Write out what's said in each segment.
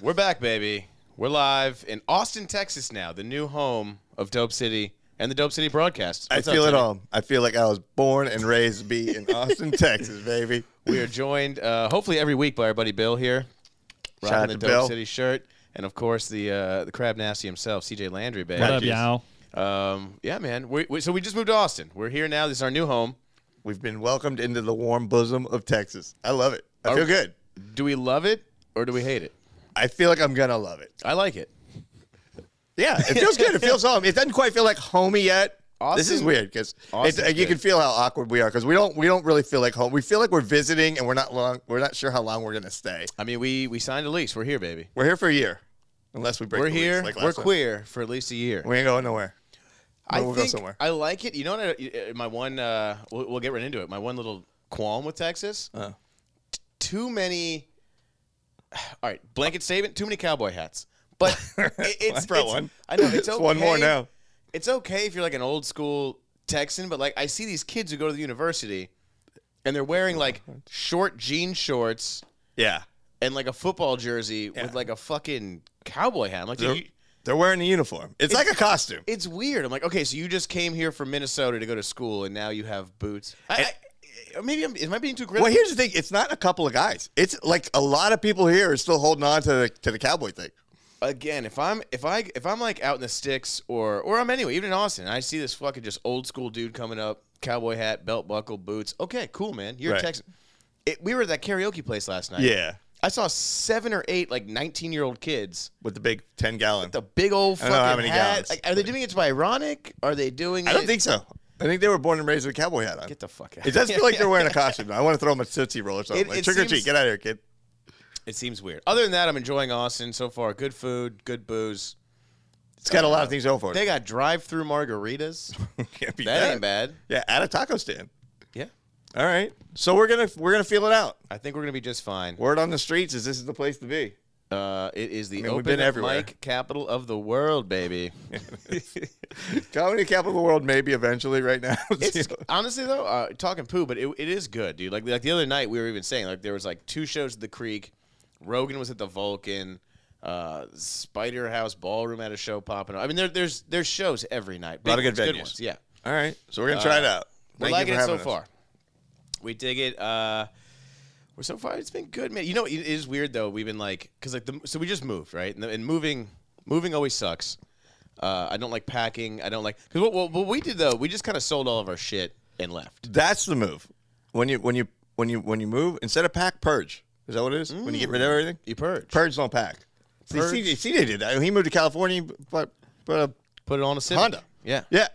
We're back, baby. We're live in Austin, Texas now, the new home of Dope City and the Dope City broadcast. I What's up, feel at Teddy? home. I feel like I was born and raised to be in Austin, Texas, baby. We are joined, uh, hopefully, every week by our buddy Bill here, Shout rocking out the to Dope Bill. City shirt, and of course the uh, the Crab Nasty himself, CJ Landry, baby. What up, Jeez. y'all? Um, yeah, man. We, we, so we just moved to Austin. We're here now. This is our new home. We've been welcomed into the warm bosom of Texas. I love it. I feel good. Do we love it or do we hate it? I feel like I'm gonna love it. I like it. Yeah, it feels good. It feels home. It doesn't quite feel like homey yet. this is Austin- weird because Austin's you can good. feel how awkward we are because we don't we don't really feel like home. We feel like we're visiting and we're not long. We're not sure how long we're gonna stay. I mean, we we signed a lease. We're here, baby. We're here for a year, unless we break. We're the lease here. like last we're time. queer for at least a year. We ain't going nowhere. I we'll think go somewhere. I like it. You know what? I, uh, my one. Uh, we'll, we'll get right into it. My one little qualm with Texas. Oh. Too many. All right, blanket statement. Too many cowboy hats. But it, it's, I brought it's- one. I know it's okay. It's one more now. It's okay if you're like an old school Texan, but like I see these kids who go to the university, and they're wearing like short jean shorts yeah, and like a football jersey Yeah. with like a fucking cowboy hat. I'm like, dude, they're, you, they're wearing a uniform. It's like a costume. it's weird. I'm like, okay, so you just came here from Minnesota to go to school, and now you have boots. I, I, maybe I'm, am I being too critical? Well, here's the thing: it's not a couple of guys. It's like a lot of people here are still holding on to the to the cowboy thing. Again, if I'm if I if I'm like out in the sticks or or I'm anyway, even in Austin, and I see this fucking just old school dude coming up, cowboy hat, belt buckle, boots. Okay, cool, man. You're Right. a Texan. It, we were at that karaoke place last night. Yeah, I saw seven or eight like 19 year old kids. with the big ten gallon. The big old I fucking don't know how many hat. gallons. Like, are they doing it to be ironic? Are they doing? I don't it- think so. I think they were born and raised with a cowboy hat on. Get the fuck out. It does feel like they're wearing a costume. now. I want to throw them a tootsie roll or something. It- like, it trick or seems- treat, get out of here, kid. It seems weird. Other than that, I'm enjoying Austin so far. Good food, good booze. It's got a lot of things going for it. They got drive-through margaritas. Can't be That ain't bad. Yeah, at a taco stand. Yeah, All right, so we're gonna we're gonna feel it out. I think we're gonna be just fine. Word on the streets is this is the place to be. Uh, it is the mean, we've open been everywhere. mic capital of the world, baby. Comedy capital of the world, maybe eventually. Right now, It's honestly though, uh, talking poo, but it, it is good, dude. Like like the other night we were even saying like there was like two shows at the Creek, Rogan was at the Vulcan, uh, Spider House Ballroom had a show popping up. I mean there, there's there's shows every night. lot of Big good ones, venues. ones, Yeah, all right. So we're gonna try it out. we're Thank liking you for it so having us. far. We dig it. Uh, we're so far. It's been good, man. You know, it is weird though. We've been like, cause like the so we just moved, right? And, the, and moving, moving always sucks. Uh, I don't like packing. I don't like because what, what, what we did though. We just kind of sold all of our shit and left. That's the move. When you when you when you when you move, instead of pack, purge. Is that what it is? When you get rid of everything, You purge. purge, don't pack. See, Purge. CJ, CJ did that. He moved to California, but but Put it on a Civic. Honda. Yeah. yeah.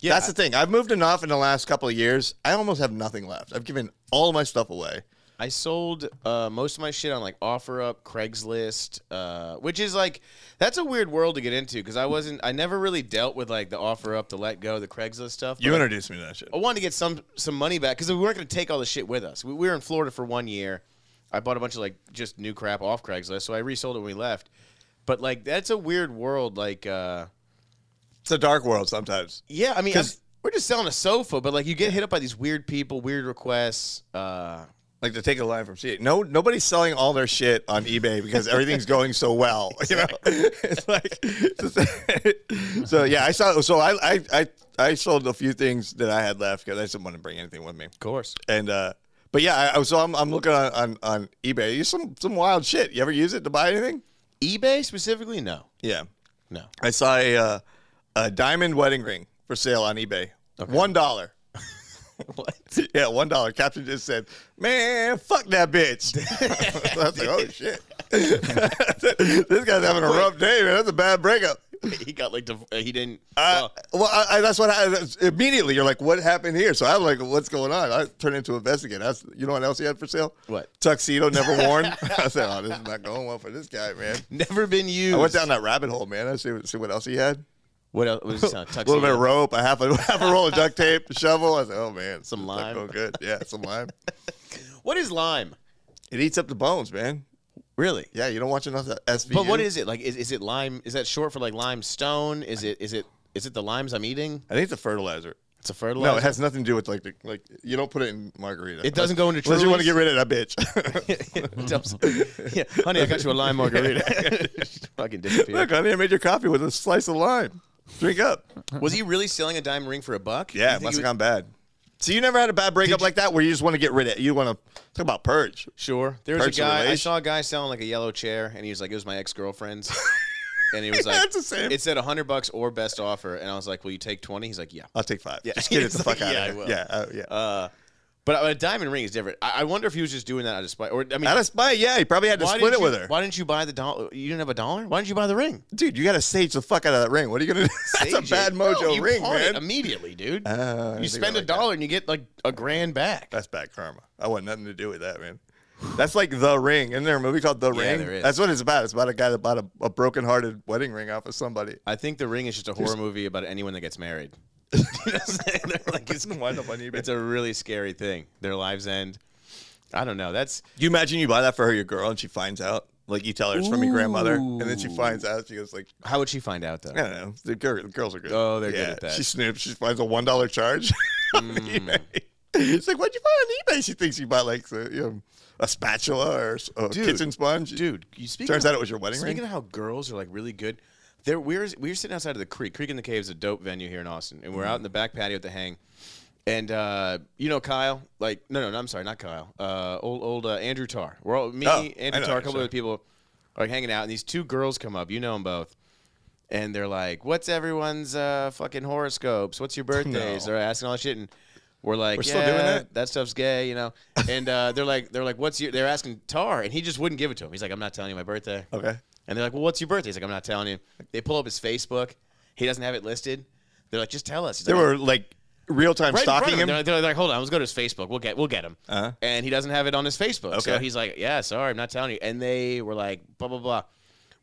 Yeah. That's the thing. I've moved enough in the last couple of years. I almost have nothing left. I've given all my stuff away. I sold uh, most of my shit on like OfferUp, Craigslist, uh, which is like that's a weird world to get into because I wasn't. I never really dealt with like the OfferUp, the Let Go, the Craigslist stuff. but- introduced me to that shit. I wanted to get some some money back because we weren't going to take all the shit with us. We, we were in Florida for one year. I bought a bunch of like just new crap off Craigslist, so I resold it when we left. But like that's a weird world. Like, uh, It's a dark world sometimes. yeah, I mean, I'm- 'Cause- we're just selling a sofa, but like you get hit up by these weird people, weird requests. Uh, Like to take a line from CJ. No, nobody's selling all their shit on eBay because everything's going so well. You know, it's like it's- so. Yeah, I saw. So I I I, I sold a few things that I had left because I didn't want to bring anything with me. of course. And uh, but yeah, I, I was so I'm, I'm looking on, on on eBay. There's some some wild shit. You ever use it to buy anything? eBay specifically, no, Yeah. no. I saw a uh, a diamond wedding ring for sale on eBay. One dollar. what? Yeah, one dollar. Captain just said, "Man, fuck that bitch." I was like, "Oh shit, this guy's having a rough day, man. That's a bad breakup." he got like div- uh, he didn't. Uh, well, well, I, I, that's what I that's- immediately you're like, "What happened here?" So I'm like, "What's going on?" I turned into investigate. I was- you know what else he had for sale? What? tuxedo never worn? I said, "Oh, this is not going well for this guy, man." never been used. I went down that rabbit hole, man. I see what- see what else he had. What else? What is this, uh, a little bit tuxedo? of rope, a half a half a roll of duct tape, a shovel. I said, "Oh man, Some this is not lime. going good. Yeah, some lime. What is lime? It eats up the bones, man. Really? Yeah, you don't watch enough of SVU. But what is it like? Is, is it lime? Is that short for like limestone? Is it is it is it the limes I'm eating? I think it's a fertilizer. It's a fertilizer. No, it has nothing to do with like the like. You don't put it in margarita. It doesn't go into unless you want to Truly's? get rid of that bitch. yeah, honey, I got you a lime margarita. Fucking disappeared. Look, honey, I made your coffee with a slice of lime. Drink up. Was he really selling a dime ring for a buck? You Yeah, it think must he have was- gone bad. So you never had a bad breakup like that where you just want to get rid of it. You want to talk about purge. Sure. There was a Personal guy. I relation. saw a guy selling like a yellow chair, and he was like, "It was my ex girlfriend's," and he was Yeah, like, it's the same. "It said hundred bucks or best offer," and I was like, "Will you take 20? He's like, "Yeah." I'll take five. Yeah, just get it It's the like, fuck out yeah, I of here. will. Yeah, uh, yeah. Uh, but a diamond ring is different. I, I wonder if he was just doing that out of spite, or I mean, out of spite. Yeah, he probably had to why split didn't it with you- her. Why didn't you buy the dollar? You didn't have a dollar. Why didn't you buy the ring? Dude, you got to sage the fuck out of that ring. What are you gonna do? That's Sage a it. bad mojo No, you ring, pawn it man. Immediately, dude. Uh, I you think I spend a like that. dollar and you get like a grand back. That's bad karma. I want nothing to do with that, man. That's like The Ring. Isn't there a movie called The Yeah, Ring? there is. That's what it's about. It's about a guy that bought a, a broken-hearted wedding ring off of somebody. I think the ring is just a horror movie about anyone that gets married. You know what I'm saying? They're like, it's, Wind up on eBay. it's a really scary thing. Their lives end. I don't know. That's Do you imagine you buy that for her, your girl, and she finds out? Like you tell her it's from your grandmother, and then she Ooh. finds out. She goes like, how would she find out though? I don't know. The, girl, the girls are good. Oh, they're good at that. She snoops. She finds a one dollar charge on eBay. It's like, what'd you buy on eBay? She thinks you bought like the, you know, a spatula or s- a Dude, kitchen sponge. Dude, you speak. Turns of- out it was your wedding Speaking ring. of how girls are like really good, there we were we were sitting outside of the creek. Creek in the Cave is a dope venue here in Austin, and we're Mm-hmm. out in the back patio at the hang. And uh, you know Kyle, like no, no, no, I'm sorry, not Kyle. Uh, old old uh, Andrew Tarr. We're all me, Oh, I Andrew know Tarr, a Andrew couple Tarr. other people are like, hanging out, and these two girls come up. You know them both. And they're like, "What's everyone's uh, fucking horoscopes? What's your birthdays?" No. They're asking all that shit, and we're like, We're "Yeah, still doing that? stuff's gay," you know. And uh, they're like, "They're like, what's your?" They're asking Tar, and he just wouldn't give it to him. He's like, "I'm not telling you my birthday." Okay. And they're like, "Well, what's your birthday?" He's like, "I'm not telling you." They pull up his Facebook. He doesn't have it listed. They're like, "Just tell us." He's They like, were like real time right in front of stalking him. him. They're, they're like, "Hold on, let's go to his Facebook. We'll get, we'll get him." Uh-huh. And he doesn't have it on his Facebook, so Okay. he's like, "Yeah, sorry, I'm not telling you." And they were like, "Blah blah blah."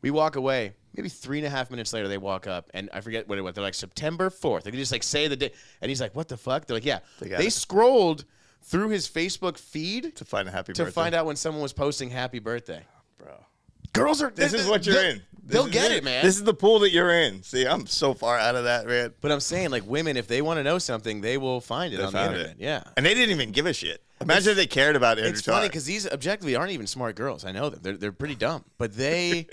We walk away. Maybe three and a half minutes later, they walk up, and I forget what it was. They're like September fourth. They could just like say the date, and he's like, "What the fuck?" They're like, "Yeah." They, got it. scrolled through his Facebook feed to find a happy to birthday. find out when someone was posting "Happy Birthday." bro. Girls are. This they- is they- what you're they'll- in. This They'll is get it, man. This is the pool that you're in. See, I'm so far out of that, man. But I'm saying, like, women, if they want to know something, they will find it on the found internet. it. Yeah. And they didn't even give a shit. Imagine if they cared about Andrew It's funny Tarr. because these objectively aren't even smart girls. I know them. They're, they're pretty dumb, but they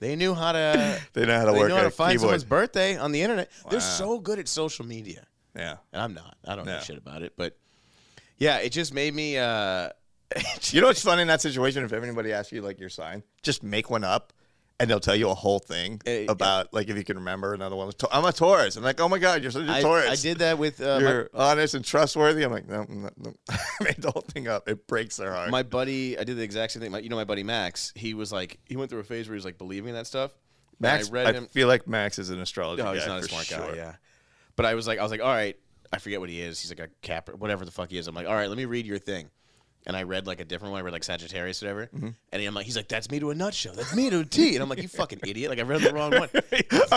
they knew how to They know how to they work knew how a to find keyboard. someone's birthday on the internet. They're Wow. so good at social media, yeah. and I'm not. I don't know No. shit about it, but yeah, it just made me. Uh, You know what's funny in that situation? If anybody asks you like your sign, just make one up, and they'll tell you a whole thing Eh, yeah. about like if you can remember another one. I'm a Taurus. I'm like, oh my god, you're such a I, Taurus. I did that with uh, my, You're honest and trustworthy. I'm like, no, no, no. I made the whole thing up. It breaks their heart. my buddy. I did the exact same thing. My, you know, my buddy Max. He was like, he went through a phase where he was like believing in that stuff. And Max, I read him. feel like Max is an astrologer. No, guy Oh, he's not a for smart sure. guy. Yeah, but I was like, I was like, all right, I forget what he is. He's like a cap, whatever the fuck he is. I'm like, all right, let me read your thing. And I read like a different one. I read like Sagittarius, or whatever. Mm-hmm. And I'm like, he's like, that's me to a nutshell. That's me to a T. And I'm like, you fucking idiot. Like I read the wrong one.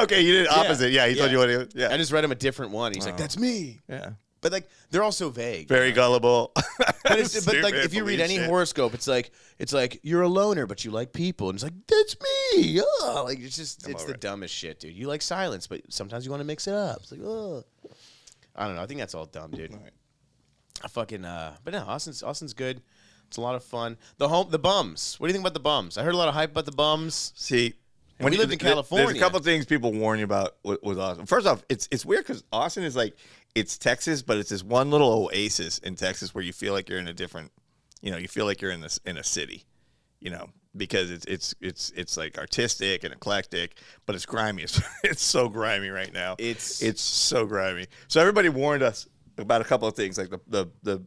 okay, you did opposite. Yeah, he told yeah. you what he was. Yeah, I just read him a different one. He's like, Oh. that's me. yeah. But like, they're all so vague. Very gullible. But, it's, but like, if you read any horoscope, it's like, it's like you're a loner, but you like people, and it's like that's me. Oh, like it's just, it's the alright. dumbest shit, dude. You like silence, but sometimes you want to mix it up. It's like, oh, I don't know. I think that's all dumb, dude. I fucking, uh, but no, Austin's Austin's good. It's a lot of fun. The home, the bums. What do you think about the bums? I heard a lot of hype about the bums. See, we lived in th- there's California. a couple things people warn you about with, with Austin. First off, it's it's weird because Austin is like it's Texas, but it's this one little oasis in Texas where you feel like you're in a different, you know, you feel like you're in this in a city, you know, because it's it's it's it's like artistic and eclectic, but it's grimy. It's, it's so grimy right now. It's- it's so grimy. So everybody warned us about a couple of things, like the the the,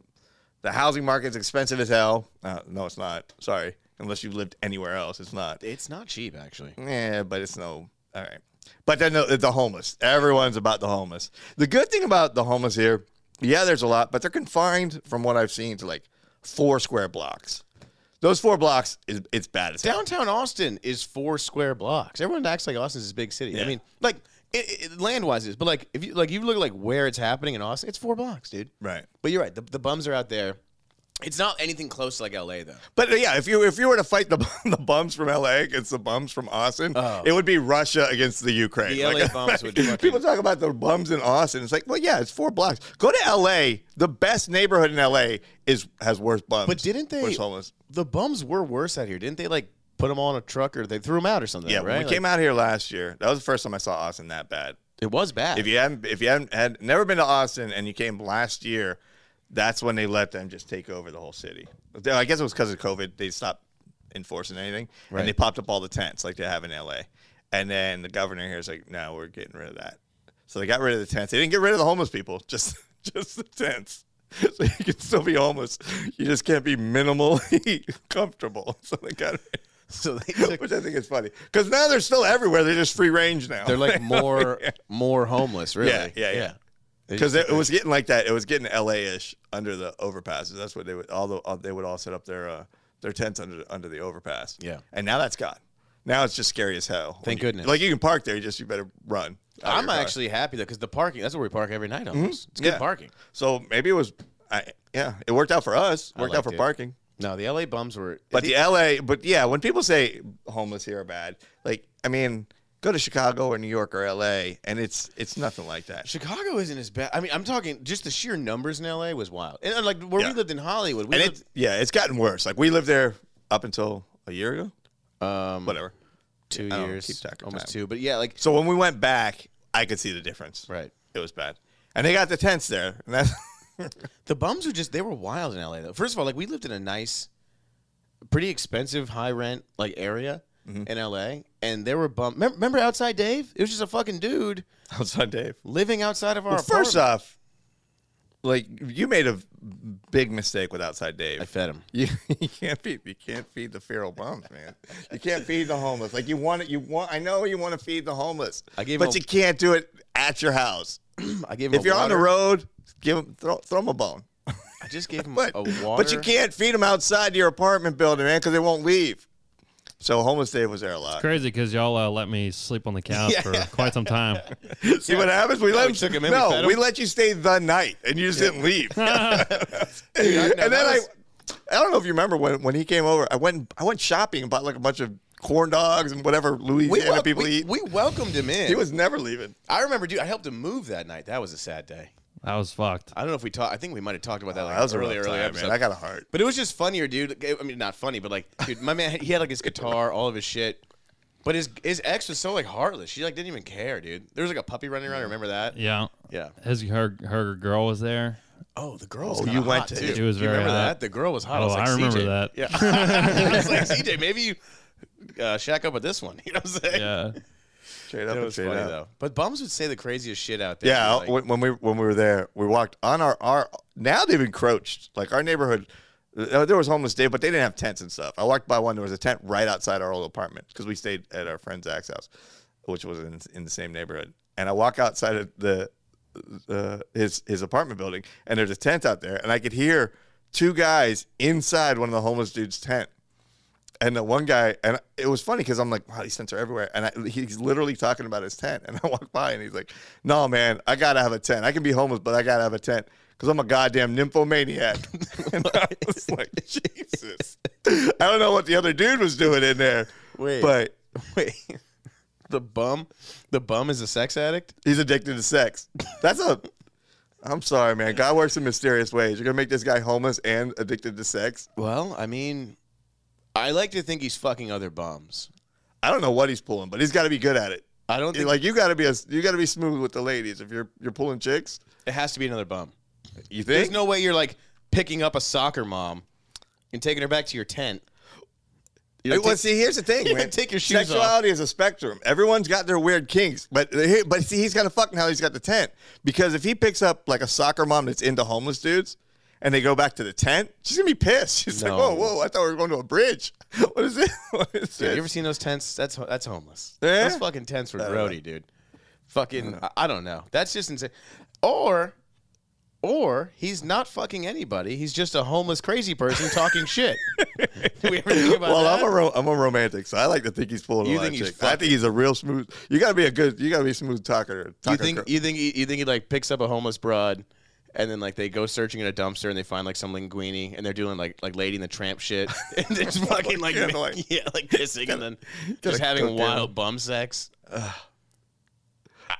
the housing market's expensive as hell. Uh, no, it's not. Sorry, unless you've lived anywhere else, it's not. It's not cheap, actually. Yeah, but it's no. All right. But then the, the homeless. Everyone's about the homeless. The good thing about the homeless here, yeah, there's a lot, but they're confined, from what I've seen, to like four square blocks. Those four blocks is it's bad as hell. Downtown Austin is four square blocks. Everyone acts like Austin's this big city. I Yeah. mean, like it, it, land wise is, but like if you like you look at, like where it's happening in Austin, it's four blocks, dude. Right. But you're right. The, the bums are out there. It's not anything close to like LA though. But uh, yeah, if you if you were to fight the the bums from LA against the bums from Austin, it would be Russia against the Ukraine. Oh. The LA bums would fucking- people talk about the bums in Austin. It's like, well, yeah, it's four blocks. Go to LA. The best neighborhood in LA is has worse bums. But didn't they? Worse homeless. The bums were worse out here, didn't they? Like put them all in a truck or they threw them out or something. Yeah, right. when we came out here last year. That was the first time I saw Austin that bad. It was bad. If you haven't, if you haven't had never been to Austin and you came last year, that's when they let them just take over the whole city. I guess it was because of COVID. They stopped enforcing anything, Right. and they popped up all the tents like they have in LA. And then the governor here is like, "No, we're getting rid of that." So they got rid of the tents. They didn't get rid of the homeless people, just just the tents. So you can still be homeless. You just can't be minimally comfortable. So they got, so they took, which I think is funny, because now they're still everywhere. They're just free range now. they're like more more homeless, really. Yeah, yeah, yeah. because it, it was getting like that. It was getting LA-ish under the overpasses. That's what they would all, the, all they would all set up their uh, their tents under under the overpass. Yeah. and now that's gone. Now it's just scary as hell. When Thank you- goodness. Like you can park there, you just you better run. out of I'm your car. actually happy though, because the parking—that's where we park every night. Almost, it's good Mm-hmm. Yeah. parking. so maybe it was. I, yeah, it worked out for us. Worked out liked for it. parking. No, the LA bums were. But the LA, but yeah, when people say homeless here are bad, like I mean, go to Chicago or New York or LA, and it's it's nothing like that. Chicago isn't as bad. I mean, I'm talking just the sheer numbers in LA was wild. And, and, like where Yeah. we lived in Hollywood, we And lived, it's yeah, it's gotten worse. Like we lived there up until a year ago, um, whatever. two I don't years, keep track of almost time. two. But yeah, like So when we went back, I could see the difference. right. It was bad. And they got the tents there. And that's The bums were just—they were wild in LA though. First of all, like we lived in a nice, pretty expensive, high rent like area Mm-hmm. in LA, and there were bum. Remember, remember outside Dave? It was just a fucking dude outside Dave. living outside of our apartment. First off, like you made a big mistake with outside Dave. I fed him. you, you can't feed you can't feed the feral bums, man. You can't feed the homeless. Like you want it, you want I know you want to feed the homeless. I gave but him a- you can't do it at your house. I gave him. If a you're on the water- road, give them throw, throw 'em a bone. I just gave him But, a water. but you can't feed them outside your apartment building, man, because they won't leave. So homeless Dave was there a lot. Crazy because y'all uh, let me sleep on the couch for quite some time. See what happens? We Oh, let we him. took him in, we no, fed him. we let you stay the night, and you just didn't leave. and then that I, was- I don't know if you remember when, when he came over. I went I went shopping and bought like a bunch of corn dogs and whatever We, Louisiana wel- people we- eat. we welcomed him in. he was never leaving. I remember, dude. I helped him move that night. That was a sad day. I was fucked. I don't know if we talked. I think we might have talked about that. Like, Oh, that was a Oh, early, rough early time, episode. man. I got a heart. But it was just funnier, dude. I mean, not funny, but like, dude, my man, he had like his guitar, all of his shit. But his his ex was so like heartless. She like didn't even care, dude. There was like a puppy running around. Remember that? Yeah. Yeah. His her her girl was there. Oh, the girl. Was Oh, kinda you went hot, to- too. She was Do you very remember hot. that? The girl was hot. I Oh, was like, I remember CJ. that. Yeah. I was like, CJ, maybe you uh, shack up with this one. You know what I'm saying? Yeah. Straight up That and was straight funny out. though. But bums would say the craziest shit out there. Yeah, Like, when- when we when we were there, we walked on our our. Now they've encroached. Like our neighborhood, uh, there was homeless day, but they didn't have tents and stuff. I walked by one. There was a tent right outside our old apartment because we stayed at our friend Zach's house, which was in, in the same neighborhood. And I walk outside of the uh, his his apartment building, and there's a tent out there, and I could hear two guys inside one of the homeless dude's tent. And the one guy, and it was funny because I'm like, wow, these tents are everywhere. And I, he's literally talking about his tent. And I walk by and he's like, no, man, I got to have a tent. I can be homeless, but I got to have a tent because I'm a goddamn nymphomaniac. and I was like, Jesus. I don't know what the other dude was doing in there. Wait. But wait, the bum, the bum is a sex addict. he's addicted to sex. That's a. I'm sorry, man. God works in mysterious ways. You're going to make this guy homeless and addicted to sex. Well, I mean, I like to think he's fucking other bums. I don't know what he's pulling, but he's got to be good at it. I don't think Like you got to be a, you got to be smooth with the ladies if you're you're pulling chicks. it has to be another bum. You think? There's no way you're like picking up a soccer mom and taking her back to your tent. You Hey, don't well, take- see, here's the thing, You man. take your shoes off. Sexuality is a spectrum. Everyone's got their weird kinks, but here- but see, he's gonna fuck now. He's got the tent because if he picks up like a soccer mom that's into homeless dudes, and they go back to the tent, she's gonna be pissed. She's like, No. whoa, whoa, I thought we were going to a bridge. What is it? What is Dude, you ever this? seen those tents? That's ho- that's homeless. Yeah? Those fucking tents were don't know. grody, dude. Fucking, Uh, I- I don't know. That's just insane. Or, or he's not fucking anybody. He's just a homeless crazy person talking shit. Do we ever think about Well, that? I'm a ro- I'm a romantic, so I like to think he's pulling You a lot think of he's chicks. I fucking- think he's a real smooth. You gotta be a good. You gotta be a smooth talker. talker you think girl. you think he, you think he like picks up a homeless broad and then like they go searching in a dumpster and they find like some linguini and they're doing like like Lady and the Tramp shit and they're just fucking like, Kinda ma- like- yeah like kissing and then just having cooked wild bum sex. I-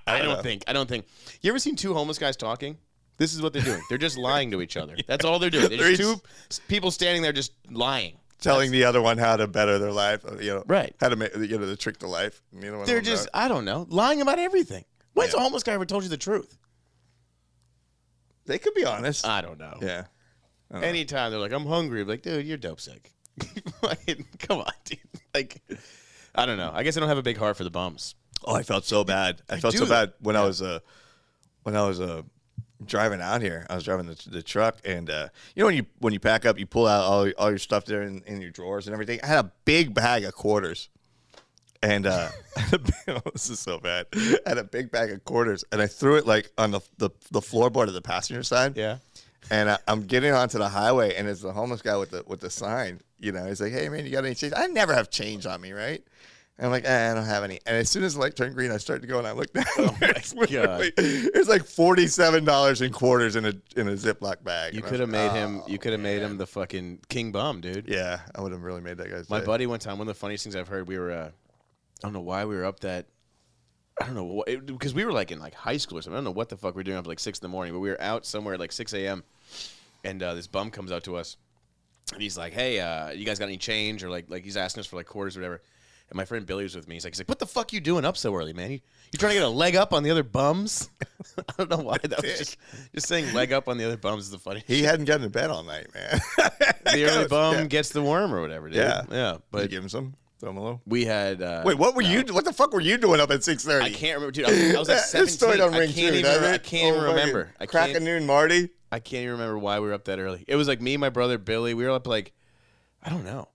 I, don't know. think I don't think you ever seen two homeless guys talking. This is what they're doing. They're just lying to each other. That's all they're doing. They're There's two each- s- people standing there just lying. telling the other one how to better their life, uh, you know, Right. How to make you know the trick to life. You know, what They're I'm just about. I don't know lying about everything. When's Yeah. a homeless guy ever told you the truth? they could be honest. I don't know. yeah, Anytime they're like, I'm hungry, I'm like, dude, you're dope sick. Fucking- Come on, dude. Like, I don't know. I guess I don't have a big heart for the bums. Oh, I felt so bad. I felt do so that. bad when I was uh when I was uh driving out here. I was driving the, the truck, and uh, you know when you when you pack up, you pull out all, all your stuff there in, in your drawers and everything. I had a big bag of quarters, and uh, I had a big- this is so bad. I had a big bag of quarters, and I threw it like on the the, the floorboard of the passenger side. Yeah. And I, I'm getting onto the highway, and it's the homeless guy with the with the sign. You know, he's like, "Hey man, you got any change?" I never have change on me, right? And I'm like, eh, "I don't have any." And as soon as the light turned green, I started to go and I looked down. Oh it's literally- It's like forty seven dollars in quarters in a in a Ziploc bag. You And I could was have made like, him. You could have made him the fucking king bum, dude. "Oh." Yeah, I would have really made that guy's My day. buddy one time, one of the funniest things I've heard. We were, uh, I don't know why we were up that. I don't know what because we were like in like high school or something. I don't know what the fuck we were doing up at, like six in the morning, but we were out somewhere at like six a.m. and uh, this bum comes up to us and he's like, "Hey, uh, you guys got any change?" Or like, like he's asking us for like quarters or whatever. And my friend Billy was with me. He's like, "He's like, what the fuck you doing up so early, man? You you trying to get a leg up on the other bums?" I don't know why that was just just saying leg up on the other bums is the funny. He hadn't gotten to bed all night, man. the early goes, bum yeah. gets the worm or whatever. Dude. Yeah. yeah. Did you But give him some? Throw him a little. we had uh, Wait, what were you? What the fuck were you doing up at six thirty? I can't remember, dude. I was, I was like seventeen. This story don't I ring can't true, even, does re- I it? can't Oh, even fucking remember. I Crack a can't, noon, Marty. I can't even remember why we were up that early. It was like me, my brother Billy. We were up like, I don't know,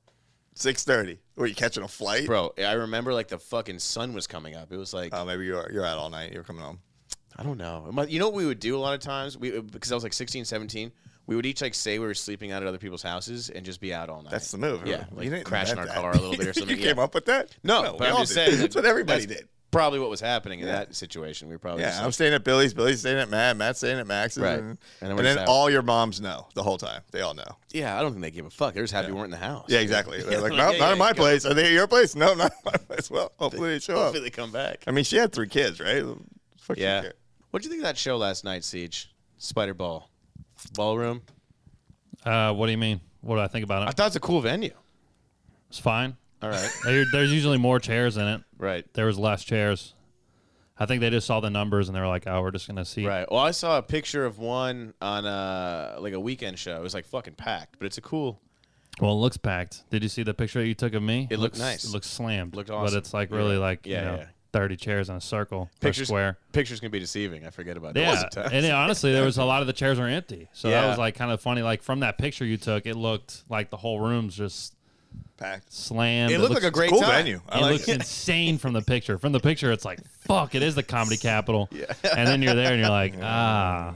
Six thirty. Were you catching a flight? bro. I remember like the fucking sun was coming up. It was like Oh, maybe you're you're out all night. You're coming home. I don't know. It might- You know what we would do a lot of times? We uh, because I was like 16, 17, We would each like say we were sleeping out at other people's houses and just be out all night. That's the move. Yeah, You like didn't crash in our invent car a that. little bit or something. you yeah. came up with that? No, we but I'm all just did. saying like, that's what everybody that's did. Probably what was happening in that situation. We were probably just Yeah, I'm like- staying at Billy's. Billy's staying at Matt. Matt's staying at Max's. Right. And, And then and we're then just out. all your moms know the whole time. They all know. yeah. I don't think they give a fuck. They're just happy we weren't in the house. Yeah, exactly. They're like, like, no, yeah, not yeah, in my go." place. Are they at your place? No, not in my place. Well, hopefully they show up. Hopefully they come back. I mean, she had three kids, right? Fuck you Yeah. care. What'd you think of that show last night, Siege? Spider Ball, Ballroom. Uh, what do you mean? What do I think about I it? thought it was a cool venue. It's fine. All right, There- There's usually more chairs in it. right, There was less chairs. I think they just saw the numbers and they were like, "Oh, we're just gonna see." right. Well, I saw a picture of one on a like a weekend show. It was like fucking packed, but it's a cool. Well, it looks packed. Did you see the picture you took of me? It looked looks nice. It looks slammed. Looked But awesome. it's like Yeah. really like Yeah, you know, yeah. thirty chairs in a circle, Pictures picture square. Pictures can be deceiving. I forget about that. There was Yeah, a time- and it- honestly, there was a lot of the chairs were empty, so Yeah. that was like kind of funny. Like from that picture you took, it looked like the whole room's just Packed. slammed. It looked like looks- a great Cool time. venue. I it like looks insane from the picture. From the picture, it's like fuck, it is the comedy capital. Yeah. and then you're there and you're like, ah,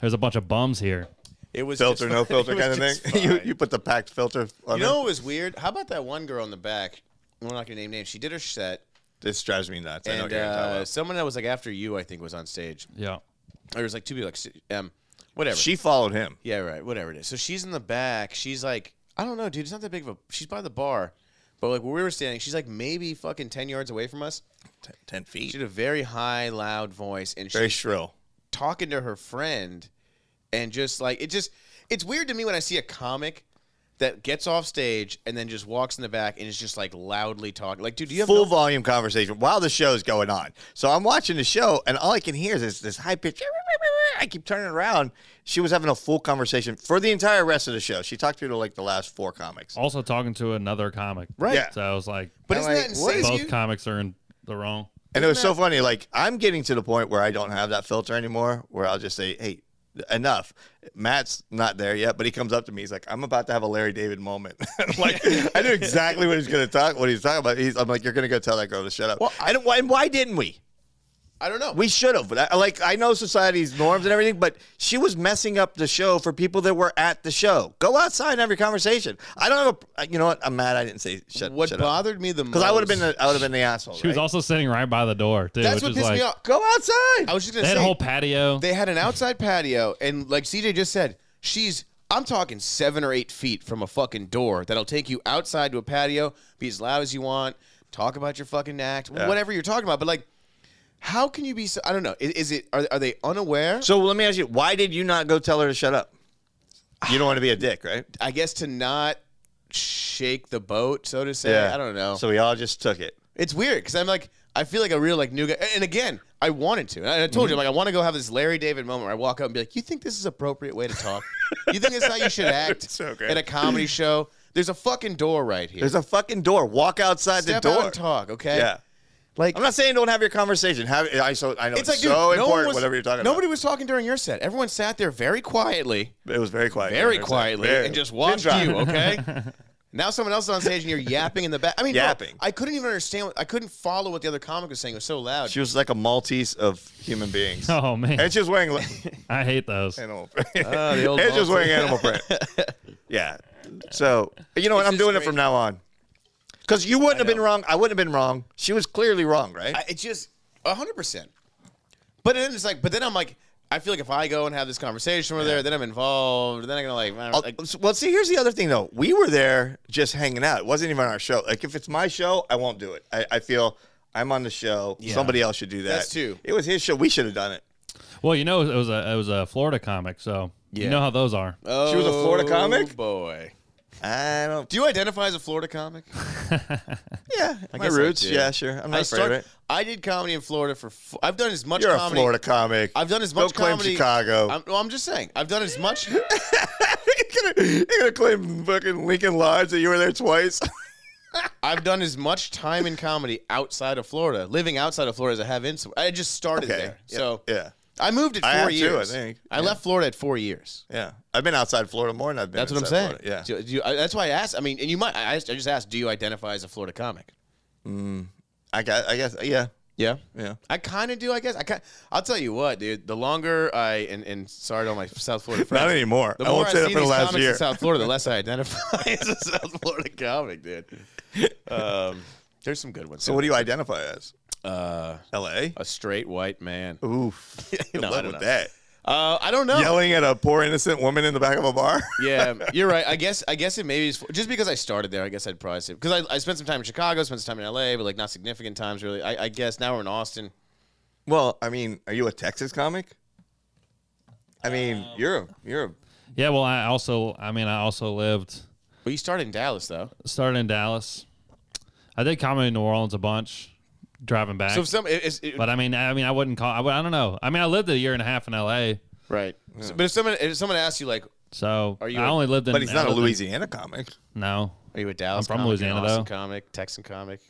there's a bunch of bums here. It was filter, just no fine. filter It was kind of just thing. you, fine. you put the packed filter on You it. know what was weird? How about that one girl in the back? We're not gonna name names. She did her set, This drives me nuts. I know what and you're gonna talk uh, about. someone that was like after you, I think, was on stage. Yeah, There was like two people, like si- um, whatever. She followed him. Yeah, right. Whatever it is. So she's in the back. She's like, I don't know, dude. It's not that big of a. She's by the bar, but like where we were standing, she's like maybe fucking ten yards away from us. Ten, ten She feet. had a very high, loud voice, and Very she's shrill. talking to her friend, and just like it just, it's weird to me when I see a comic that gets off stage and then just walks in the back and is just like loudly talking. Like, dude, do you have Full no- volume conversation while the show's going on. So I'm watching the show, and all I can hear is this, this high pitch. I keep turning around. She was having a full conversation for the entire rest of the show. She talked to like the last four comics. also talking to another comic. Right. Yeah. So I was like, But isn't like, that what insane? is- both dude? comics are in the wrong. And it was so funny. Like I'm getting to the point where I don't have that filter anymore, where I'll just say, "Hey, enough." Matt's not there yet, but he comes up to me. He's like, "I'm about to have a Larry David moment." I'm like I knew exactly what he's gonna talk, what he's talking about. He's, I'm like, "You're gonna go tell that girl to shut up." Well, Well, I don't. Why, and why didn't we? I don't know. We should have. But I, like I know society's norms and everything, but she was messing up the show for people that were at the show. Go outside and have your conversation. I don't have a. You know what? I'm mad. I didn't say shut. what shut up. bothered me the most Because I would have been. The, I would have been the asshole. She was right? also sitting right by the door too, That's which what is pissed like me off. Go outside. I was just gonna they had say a whole patio. they had an outside patio, and like CJ just said, she's I'm talking seven or eight feet from a fucking door that'll take you outside to a patio, be as loud as you want, talk about your fucking act, whatever you're talking about. But like, how can you be? So, I don't know. Is, is it are, are they unaware? so let me ask you: Why did you not go tell her to shut up? You don't want to be a dick, right? I guess to not shake the boat, so to say. I don't know. So we all just took it. It's weird because I'm like, I feel like a real like new guy. And again, I wanted to. And I I told Mm-hmm. you, like, I want to go have this Larry David moment where I walk up and be like, you think this is appropriate way to talk? you think it's how you should act So good. at a comedy show? There's a fucking door right here. There's a fucking door. Walk outside Step the door. out and talk, okay? Yeah. Like, I'm not saying don't have your conversation. Have I so I know it's it's, like, dude, so no one important. was, whatever you're talking nobody about. was talking during your set. Everyone sat there very quietly, Nobody. It was very quiet. very Yeah, quietly, very- and just watched Pin drop. you, okay? Now someone else is on stage and you're yapping in the back. I mean, bro, Yapping. I couldn't even understand. What, I couldn't follow what the other comic was saying. It was so loud. She was like a Maltese of human beings. oh man, And she was wearing like, I hate those. animal print. Ah, the old and she Maltese. was wearing animal print. Yeah. So you know what? It's I'm just doing it great. from now on. Because you wouldn't have been wrong. I wouldn't have been wrong. She was clearly wrong, right? I, it's just hundred percent. But then it's like, but then I'm like, I feel like if I go and have this conversation with her, then I'm involved. Then I'm gonna like, I'll- like well, see, here's the other thing though. We were there just hanging out. It wasn't even our show. Like, if it's my show, I won't do it. I, I feel I'm on the show. Somebody else should do that. That's true. It was his show. We should have done it. Well, you know it was a it was a Florida comic, so Yeah. you know how those are. oh, she was a Florida comic? Boy, I don't. do you identify as a Florida comic? Yeah, my guess I roots. do. yeah, sure. I'm not I afraid start. of it. I did comedy in Florida for. f- I've done as much You're a comedy. Florida comic. I've done as much Don't claim comedy. Chicago. I'm, well, I'm just saying. I've done as much. you're, gonna, you're gonna claim fucking Lincoln Lodge that you were there twice. I've done as much time in comedy outside of Florida, living outside of Florida as I have in. I just started Okay. there, Yeah. so yeah, I moved at four I have too, I years. think. I left Florida at four years. yeah. I've been outside Florida more than I've been. That's what I'm inside saying. Florida. Yeah. Do, do you, I, that's why I asked. I mean, and you might. I, I just I just asked. Do you identify as a Florida comic? I guess. I guess. Yeah. Yeah. Yeah. I kind of do. I guess. I kind. I'll tell you what, dude. The longer I and, and sorry to all my South Florida friends. Not anymore. The I more won't I say that see for the these last comics year. in South Florida, the less I identify as a South Florida comic, dude. Um, there's some good ones. So, what do you identify as? Uh, L.A. a straight white man. Oof. Good No, I luck don't with know. that. Uh, I don't know. Yelling at a poor innocent woman in the back of a bar. yeah, you're right. I guess I guess it maybe is just because I started there. I guess I'd probably say because I, I spent some time in Chicago, spent some time in L.A., but like not significant times really. I, I guess now we're in Austin. well, I mean, are you a Texas comic? I mean, you're a you're a Yeah, well, I also I mean I also lived But you started in Dallas though. started in Dallas. I did comedy in New Orleans a bunch, driving back. So if some, it, it, but I mean, I mean, I wouldn't call. I, would- I don't know. I mean, I lived a year and a half in L.A., right. So- but if someone if someone asks you like, so Are you I a- only lived in. But he's I not a lived in- Louisiana comic. No, are you a Dallas? I'm from comic, Louisiana, an Austin though. Comic, Texan comic.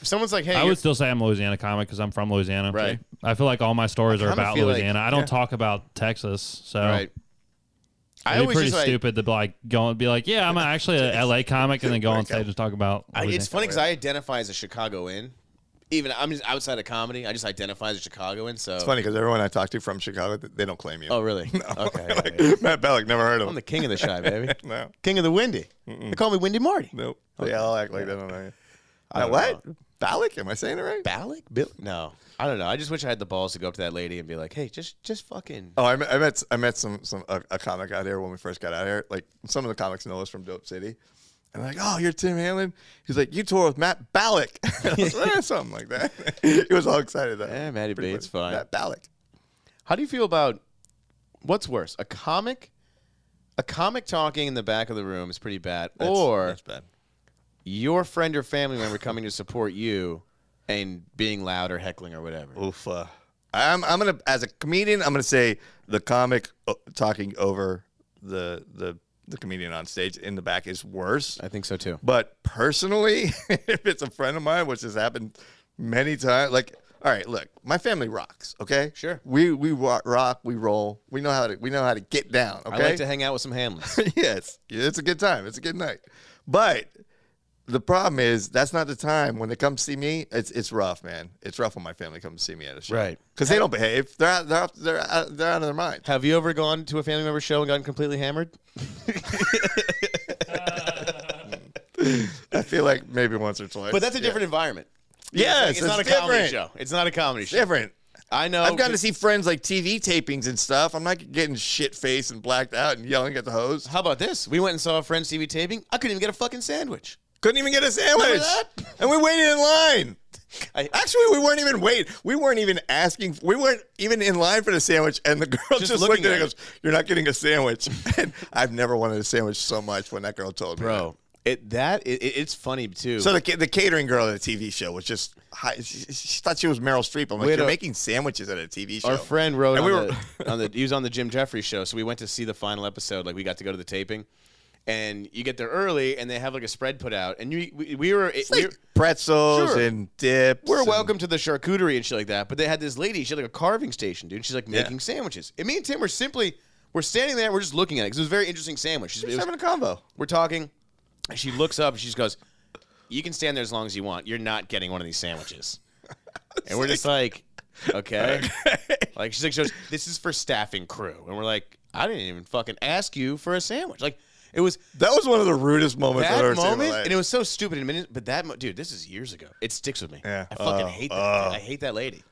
If someone's like, hey, I you're- would still say I'm a Louisiana comic because I'm from Louisiana. Right. I feel like all my stories are kinda about feel like- Louisiana. I don't talk about Texas, so right. I it'd be always pretty just like. stupid to like go and be like, yeah, I'm actually a L.A. comic, and then go on stage and talk about. I, it's Louisiana. funny because I identify as a Chicagoan. Even I'm just outside of comedy. I just identify as a Chicagoan. So It's funny because everyone I talk to from Chicago, th- they don't claim you. Oh really? Okay. all right. Like, Matt Bellick, never heard of I'm him. the king of the shy baby. No, King of the windy. They call me Windy Marty. nope. They all act like they don't know you. Uh, don't what? Bellick? Am I saying it right? Balak? Bill? No, I don't know. I just wish I had the balls to go up to that lady and be like, "Hey, just, just fucking." Oh, I met, I met I met some some a, a comic out here when we first got out here. Like some of the comics know us from Dope City, and they're like, "Oh, you're Tim Hanlon." He's like, "You tour with Matt Balak," I was like, "Eh, something like that. he was all excited though. Eh, Matty B, Pretty it's funny. fine. Matt Balak. How do you feel about what's worse, a comic, a comic talking in the back of the room is pretty bad, or that's bad. your friend or family member coming to support you and being loud or heckling or whatever? Oof. Uh, I'm I'm gonna as a comedian, I'm gonna say the comic uh, talking over the the the comedian on stage in the back is worse. I think so too. But personally, if it's a friend of mine, which has happened many times, like, all right, look, my family rocks. Okay, Sure. We we rock, rock we roll. We know how to we know how to get down. Okay, I like to hang out with some Hamlins. yes, it's a good time. It's a good night. But the problem is that's not the time when they come see me. It's it's rough, man. It's rough when my family comes to see me at a show, Right. Because they don't behave. They're out, they're out, they're out, they're out of their mind. Have you ever gone to a family member show and gotten completely hammered? I feel like maybe once or twice. But that's a Yeah. different environment. Yes, it's not a different. comedy show. It's not a comedy show. Different. I know. I've gotten to see friends like TV tapings and stuff. I'm not getting shit faced and blacked out and yelling at the hose. How about this? We went and saw a friend's TV taping. I couldn't even get a fucking sandwich. Couldn't even get a sandwich, that? and we waited in line. I, Actually, we weren't even wait. We weren't even asking. We weren't even in line for the sandwich, and the girl just, looking looked at it at and goes, "You're not getting a sandwich." and I've never wanted a sandwich so much when that girl told me. bro, it that it, it- it's funny too. that. So the ca- the catering girl at the TV show was just high. She, she thought she was Meryl Streep. I'm like, We had you're a- making sandwiches at a TV show. Our friend wrote And on, we were- the, on the he was on the Jim Jeffries show, so we went to see the final episode. Like we got to go to the taping, and you get there early, and they have like a spread put out, and you we, we were It's like we were- pretzels Sure. and dips. we're and- welcome to the charcuterie and shit like that. But they had this lady, she had like a carving station, dude. She's like making sandwiches, and me and Tim were simply we're standing there, we're just looking at it because it was a very interesting sandwich. She's- it Just was- having a combo. we're talking, and she looks up, and she just goes, "You can stand there as long as you want. You're not getting one of these sandwiches." and we're just like, okay. Like she's like, she goes, this is for staffing crew, and we're like, I didn't even fucking ask you for a sandwich. Like it was That was one of the rudest moments I've ever that seen in my moment, life. and it was so stupid and minute. But that, mo- dude, this is years ago. It sticks with me. Yeah. I fucking Oh, hate that. oh. I hate that lady.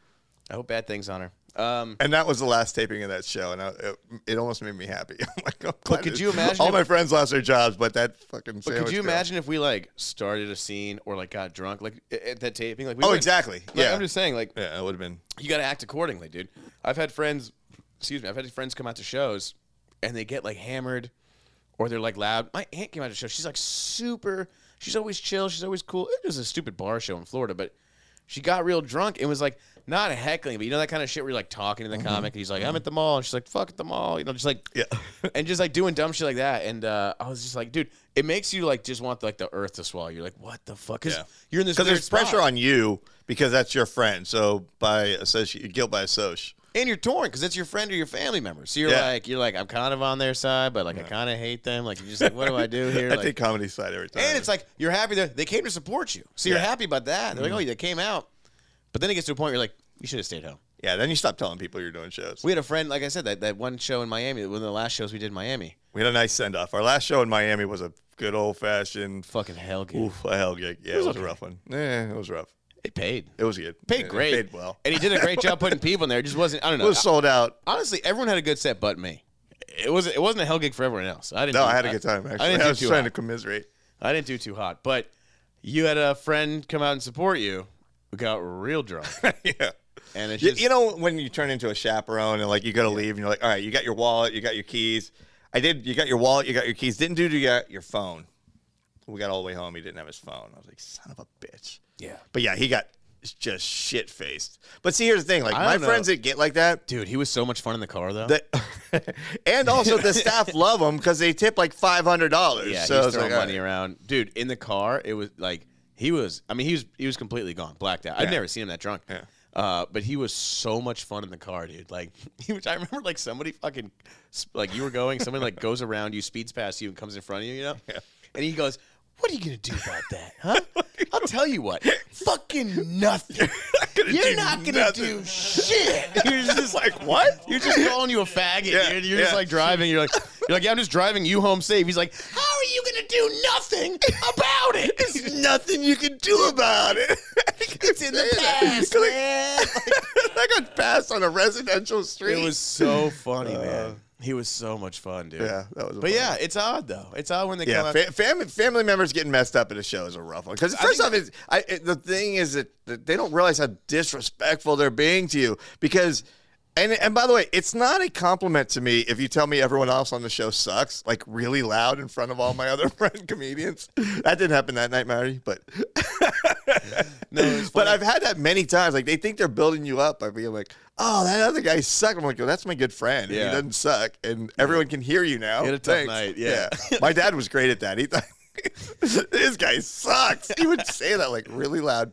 I hope bad things on her. Um, And that was the last taping of that show, and I, it, it almost made me happy. I'm like, I'm glad could it- you imagine All if- my friends lost their jobs, but that fucking. but could sandwich you girl- imagine if we like started a scene or like got drunk like a- at that taping? Like we Oh, went- exactly. Like, Yeah, I'm just saying, like yeah, it would have been. you got to act accordingly, dude. I've had friends, excuse me, I've had friends come out to shows and they get like hammered or they're like loud. My aunt came out to a show. She's like super, she's always chill. She's always cool. It was a stupid bar show in Florida, but she got real drunk and was like not heckling, but you know that kind of shit where you're like talking to the comic and he's like, I'm at the mall. And she's like, fuck at the mall. You know, just like, Mm-hmm. Yeah. and just like doing dumb shit like that. And uh, I was just like, dude, it makes you like just want like the earth to swallow. You're like, what the fuck? Cause Yeah. you're in this Because weird there's pressure spot. on you because that's your friend. So by associate, guilt by association. and you're torn because it's your friend or your family member. So you're Yeah. like, you're like, I'm kind of on their side, but like, I kind of hate them. Like, you're just like, what do I do here? I Like- take comedy side every time. and it's like you're happy that they came to support you, so you're Yeah. Mm-hmm. happy about that. They're like, oh, they came out, but then it gets to a point where you're like, you should have stayed home. yeah, then you stop telling people you're doing shows. We had a friend, like I said, that, that one show in Miami, one of the last shows we did in Miami. We had a nice send off. Our last show in Miami was a good old fashioned. Fucking hell, dude. Oof, a hell gig. Yeah, it was a rough one. Yeah, it was rough. It paid. It was good. paid It great. Paid well. And he did a great job putting people in there. It just wasn't. I don't It know. was sold out. Honestly, everyone had a good set, but me. It was. It wasn't a hell gig for everyone else. I didn't. No, do- I had a good time. Actually, I, didn't do was too trying hot. to commiserate. I didn't do too hot, but you had a friend come out and support you. We got real drunk, yeah. and it's You, just you know when you turn into a chaperone and like you gotta leave and you're like, all right, you got your wallet, you got your keys. I did. You got your wallet, you got your keys. Didn't do you got your phone. We got all the way home. He didn't have his phone. I was like, son of a bitch. yeah, But yeah, he got just shit faced. But see, here's the thing: like I my don't know. friends that get like that, dude, he was so much fun in the car though. that and also the staff love them because they tip like five hundred dollars. yeah, so he I was was throwing like, money all right. around, dude. In the car, it was like he was. I mean, he was he was completely gone, blacked out. I've Yeah. never seen him that drunk. Yeah. Uh, but he was so much fun in the car, dude. Like, he was, I remember, like somebody fucking, sp- like you were going, somebody like goes around you, speeds past you, and comes in front of you, you know. And he goes, "What are you gonna do about that, huh? I'll tell you what, fucking nothing. You're do not gonna nothing." do shit. You're just like, what? you're just calling you a faggot. Yeah, dude. You're yeah. just like driving. You're like, you're like, yeah, I'm just driving you home safe. He's like, how are you gonna do nothing about it? There's nothing you can do about it. it's in the past, man. I got passed on a residential street. It was so funny, man. He was so much fun, dude. yeah, that was. a But fun- Uh, yeah, it's odd though. It's odd when they come yeah. out. Fa- family family members getting messed up at a show is a rough one. Because first think- off, it's, I, it, the thing is that that they don't realize how disrespectful they're being to you. Because, and and by the way, it's not a compliment to me if you tell me everyone else on the show sucks, like really loud in front of all my other friend comedians. That didn't happen that night, Mary, but. no, it's But funny. I've had that many times. Like they think they're building you up by being like, "Oh, that other guy sucked." I'm like, "Well, that's my good friend. and Yeah. He doesn't suck, and everyone can hear you now." He had a tough Thanks." night, yeah. my dad was great at that. He thought this guy sucks. He would say that like really loud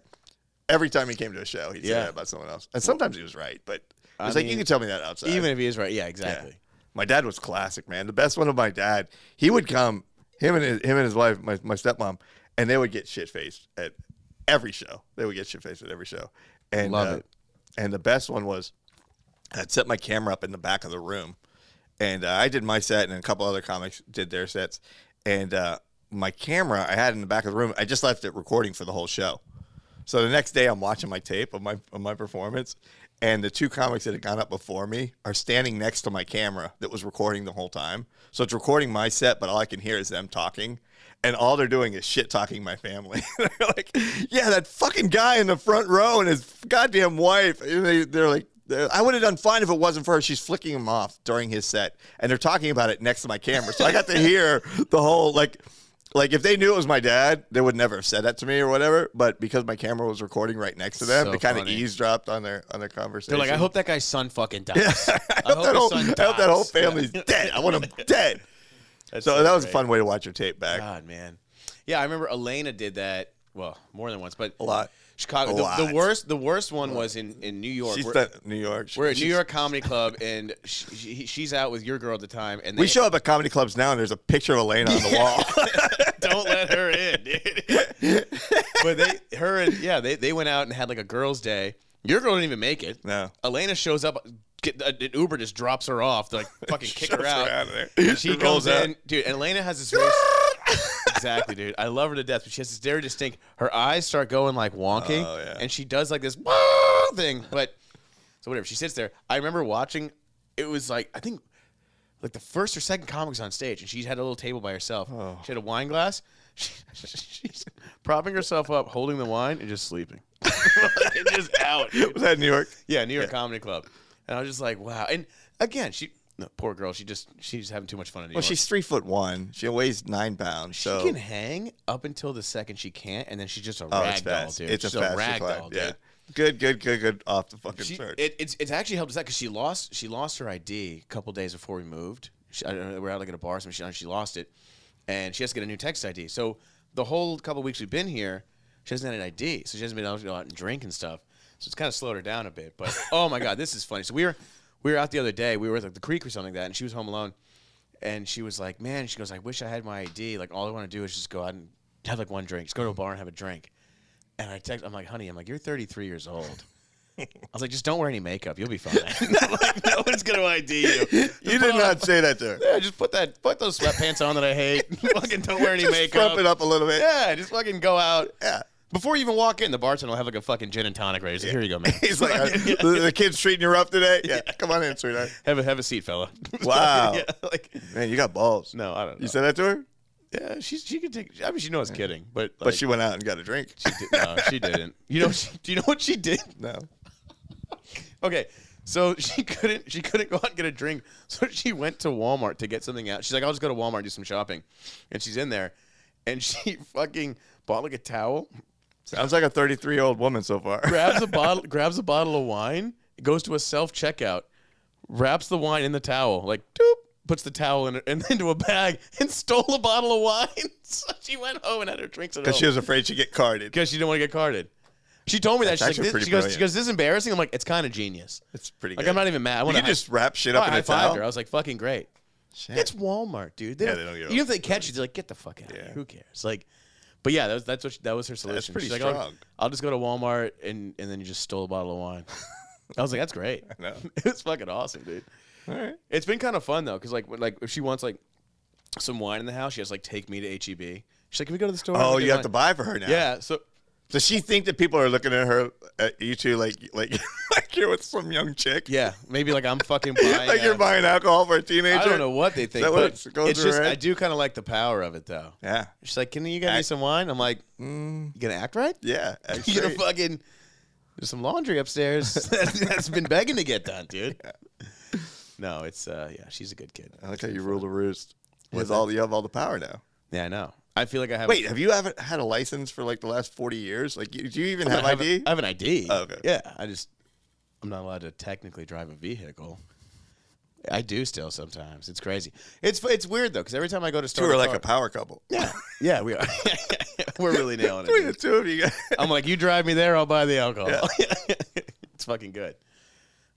every time he came to a show. He'd say Yeah. that about someone else, and sometimes he was right. But I it's like mean, you can tell me that outside. even if he is right, yeah, Yeah. exactly. My dad was classic, man. The best one of my dad. He would come, him and his, him and his wife, my, my stepmom, and they would get shit faced at every show. They would get shit faced at every show. And Love uh, it. And the best one was I'd set my camera up in the back of the room, and uh, I did my set, and a couple other comics did their sets, and uh, my camera I had in the back of the room. I just left it recording for the whole show. So the next day, I'm watching my tape of my of my performance, and the two comics that had gone up before me are standing next to my camera that was recording the whole time. So it's recording my set, but all I can hear is them talking, and all they're doing is shit talking my family. they're like, "Yeah, that fucking guy in the front row and his goddamn wife." And they, they're like. they're- I would have done fine if it wasn't for her. She's flicking him off during his set, and they're talking about it next to my camera. So I got to hear the whole like like if they knew it was my dad, they would never have said that to me or whatever. But because my camera was recording right next to them, So they kind of funny. eavesdropped on their on their conversation. They're like, I hope that guy's son fucking dies. I hope, that his whole, son I hope that whole dies. family's dead. I want them dead. so, that was a great. fun way to watch your tape back. God, man. Yeah, I remember Elena did that. Well, more than once, but A lot. Chicago. A the, the lot. worst. The worst one was in in New York. She's We're, done New York. She- we're at New she's- York Comedy Club, and she, she, she's out with your girl at the time, and We they- show up at comedy clubs now, and there's a picture of Elena on the wall. don't let her in, dude. but they, her and yeah, they they went out and had like a girls' day. Your girl didn't even make it. No. Elena shows up. Get, an Uber just drops her off. They like fucking kick Shoves her out. out of there. She Rolls comes out. in, dude. And Elena has this very exactly, dude. I love her to death, but she has this very distinct. Her eyes start going like wonky, Oh, yeah. and she does like this thing. But so whatever, she sits there. I remember watching. It was like I think like the first or second comics on stage, and she had a little table by herself. Oh. She had a wine glass. She, she's propping herself up, holding the wine, and just sleeping. Like, just out. dude. was that New York? Yeah, New York Comedy Club. And I was just like, wow. And again, she, no, poor girl, she just she's having too much fun in New Well, York. she's three foot one. She weighs nine pounds. She So can hang up until the second she can't, and then she's just a oh, rag it's doll, fast. dude. It's she's a fast rag decline. doll, dude. Yeah. Good, good, good, good. Off the fucking She, chart. it, it's, it's actually helped us out because she lost she lost her ID a couple days before we moved. She, I don't know, we were out like at a bar, or something. She, she lost it, and she has to get a new text ID. So the whole couple weeks we've been here, she hasn't had an ID, so she hasn't been able to go out and drink and stuff. So it's kind of slowed her down a bit. But oh my god, this is funny. So we were we were out the other day. We were at like, the creek or something like that, and she was home alone, and she was like, "Man," she goes, "I wish I had my ID. Like all I want to do is just go out and have like one drink. Just go to a bar and have a drink." And I text, I'm like, honey, I'm like, you're 33 years old. I was like, just don't wear any makeup. You'll be fine. like, no one's gonna ID you. You did not say that to her. Yeah, just put that, put those sweatpants on that I hate. fucking don't wear any Just makeup. Frump it up a little bit. Yeah, just fucking go out. Yeah. Before you even walk in, the bartender will have like a fucking gin and tonic ready. So here you go, man. He's like, "Uh, the, the kid's treating you rough today. Yeah, come on in, sweetheart. have a have a seat, fella. Wow. yeah, like, Man, you got balls. no, I don't know. You said that to her, yeah, she she could take. I mean, she knew I was kidding, but but she went out and got a drink. did, no, she didn't. You know, she, do you know what she did? No. Okay, so she couldn't she couldn't go out and get a drink, so she went to Walmart to get something out. She's like, I'll just go to Walmart and do some shopping, and she's in there, and she fucking bought like a towel, Sounds like a 33 year old woman so far. grabs a bottle grabs a bottle of wine, goes to a self checkout, wraps the wine in the towel, like doop, puts the towel in and into a bag, and stole a bottle of wine. So she went home and had her drinks at home Because she was afraid she'd get carded. because she didn't want to get carded. She told me that That's she's like, actually this, pretty she goes, she brilliant. goes, this is embarrassing. I'm like, it's kind of genius. It's pretty Like good. I'm not even mad. I you want can to just wrap shit up I in a high-fived towel. her. I was like, fucking great. Shit. It's Walmart, dude. They Yeah, don't, they don't give a even if they catch you, they're like, get the fuck out. of Yeah. here. Who cares? Like, but yeah, that was, that's what she, that was her solution. pretty She's like, "I'll- strong. I'll, just go to Walmart and and then you just stole a bottle of wine. I was like, that's great. know. it was fucking awesome, dude. All right. It's been kind of fun though, because like when- like if she wants like some wine in the house, she has like take me to H E B. She's like, can we go to the store? and Oh, get you have wine?" to buy for her now. Yeah. So Does she think that people are looking at her, at you two, like, like, like you're with some young chick? yeah, maybe like I'm fucking buying. like you're a- buying alcohol for a teenager? I don't know what they think, that what but it's- it's, goes through just her head? I do kind of like the power of it though. Yeah. She's like, "Can you get me Act- some wine?" I'm like, "You gonna act right? Yeah. that's You gonna great. fucking there's some laundry upstairs that's, that's been begging to get done, dude." No, it's uh, yeah, she's a good kid. I like how you rule the roost with all the, you have all the power now. Yeah, I know. I feel like I have. Wait, have you ever had a license for like the last 40 years? Like, you- do you even I have have a- ID? I have an ID. Oh, okay. Yeah, I just I'm not allowed to technically drive a vehicle. I do still sometimes. It's crazy. It's it's weird though, because every time I go to Two store, are like a power couple. yeah, yeah, we are. We're really nailing it. Between dude. the two of you. guys. I'm like, you drive me there, I'll buy the alcohol. it's fucking good.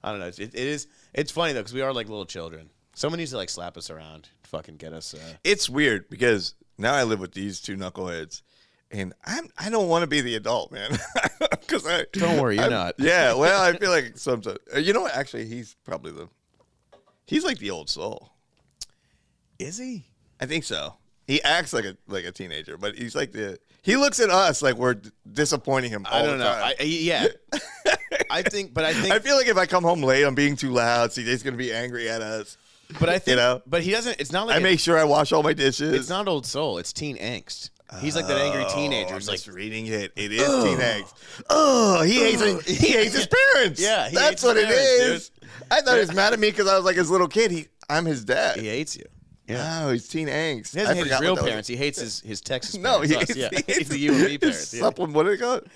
I don't know. It, it is. It's funny though, because we are like little children. Someone needs to like slap us around, fucking get us. Uh, it's weird because now I live with these two knuckleheads, and I'm I don't want to be the adult, man. Because I Don't worry, you're I'm- not. Yeah, well, I feel like sometimes uh, you know what? Actually, he's probably the he's like the old soul. Is he? I think so. He acts like a like a teenager, but he's like the he looks at us like we're d- disappointing him. I All don't the know. time. I, I- yeah, I think, but I think, I feel like if I come home late, I'm being too loud. CJ's gonna be angry at us. but I think, know? but he doesn't. It's not like I it- make sure I wash all my dishes. It's not old soul. It's teen angst. He's like that angry teenager. Oh, I'm who's like, just reading it. It is teen angst. Oh, he hates it. He hates his parents. Yeah, he hates that's what his it parents, is. I thought he was mad at me because I was like his little kid. He, I'm his dad. he hates you. Yeah. Oh, he's teen angst. He doesn't I hate his forgot real what that was. parents. He hates his, his Texas No, parents. he us, hates, yeah. he hates the U and B his parents. Yeah. Supplement. What do they call it?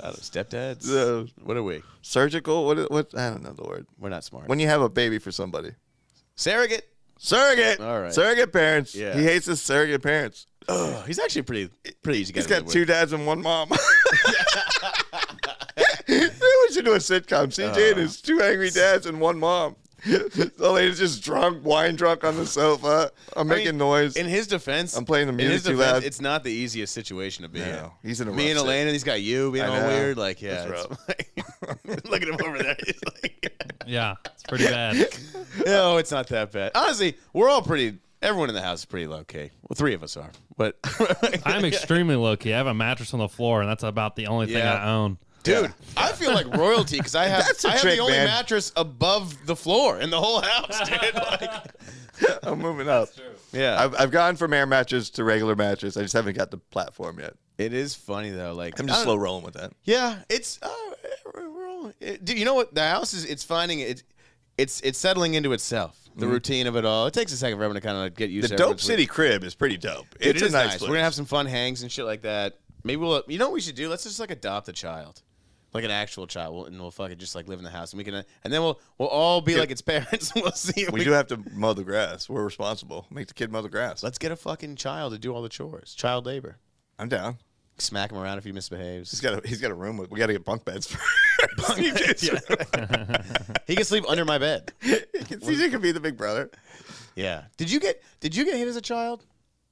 I don't know, stepdads. The- what are we? Surgical. What? is- What? I don't know the word. We're not smart. When you have a baby for somebody. Surrogate. Surrogate. All right. Surrogate parents. Yeah. He hates his surrogate parents. Oh, he's actually pretty pretty easy. He's got two dads and one mom. they want you to do a sitcom. CJ and his two angry dads and one mom. the lady's just drunk, wine drunk on the sofa. I'm making noise. In his defense, I'm playing the in music his too defense, loud. It's not the easiest situation to be in. No, he's in a Me rough and sit. Elena, he's got you being I all know. weird. Like, yeah, That's it's like- look at him over there. He's like, Yeah, it's pretty bad. no, it's not that bad. Honestly, we're all pretty. Everyone in the house is pretty low key. Well, three of us are, but I'm extremely low key. I have a mattress on the floor, and that's about the only thing Yeah. I own. dude, I feel like royalty because I have That's a I have trick, the only man. mattress above the floor in the whole house, dude. Like, I'm moving up. yeah, I've, I've gone from air mattress to regular mattress. I just haven't got the platform yet. it is funny though. Like, I'm I just don't- slow rolling with that. Yeah, it's uh, we're we're all. It, dude, you know what? The house is it's finding it. It's it's settling into itself. The routine of it all. It takes a second for everyone to kind of get used Mm-hmm. to The Dope everyone's City crib is pretty dope. weird- It's It a is nice, nice. place. We're gonna have some fun hangs and shit like that. Maybe we'll. You know what we should do? Let's just like adopt a child. Like an actual child, we'll, and we'll fucking just like live in the house, and we can, uh, and then we'll we'll all be like its parents, and we'll see. If we do have to mow the grass. We're responsible. Make the kid mow the grass. Let's get a fucking child to do all the chores, child labor. I'm down. Smack him around if he misbehaves. He's got a he's got a room. with- We got to get bunk beds. first. he can sleep under my bed. CJ could be the big brother. Yeah. Did you get Did you get hit as a child?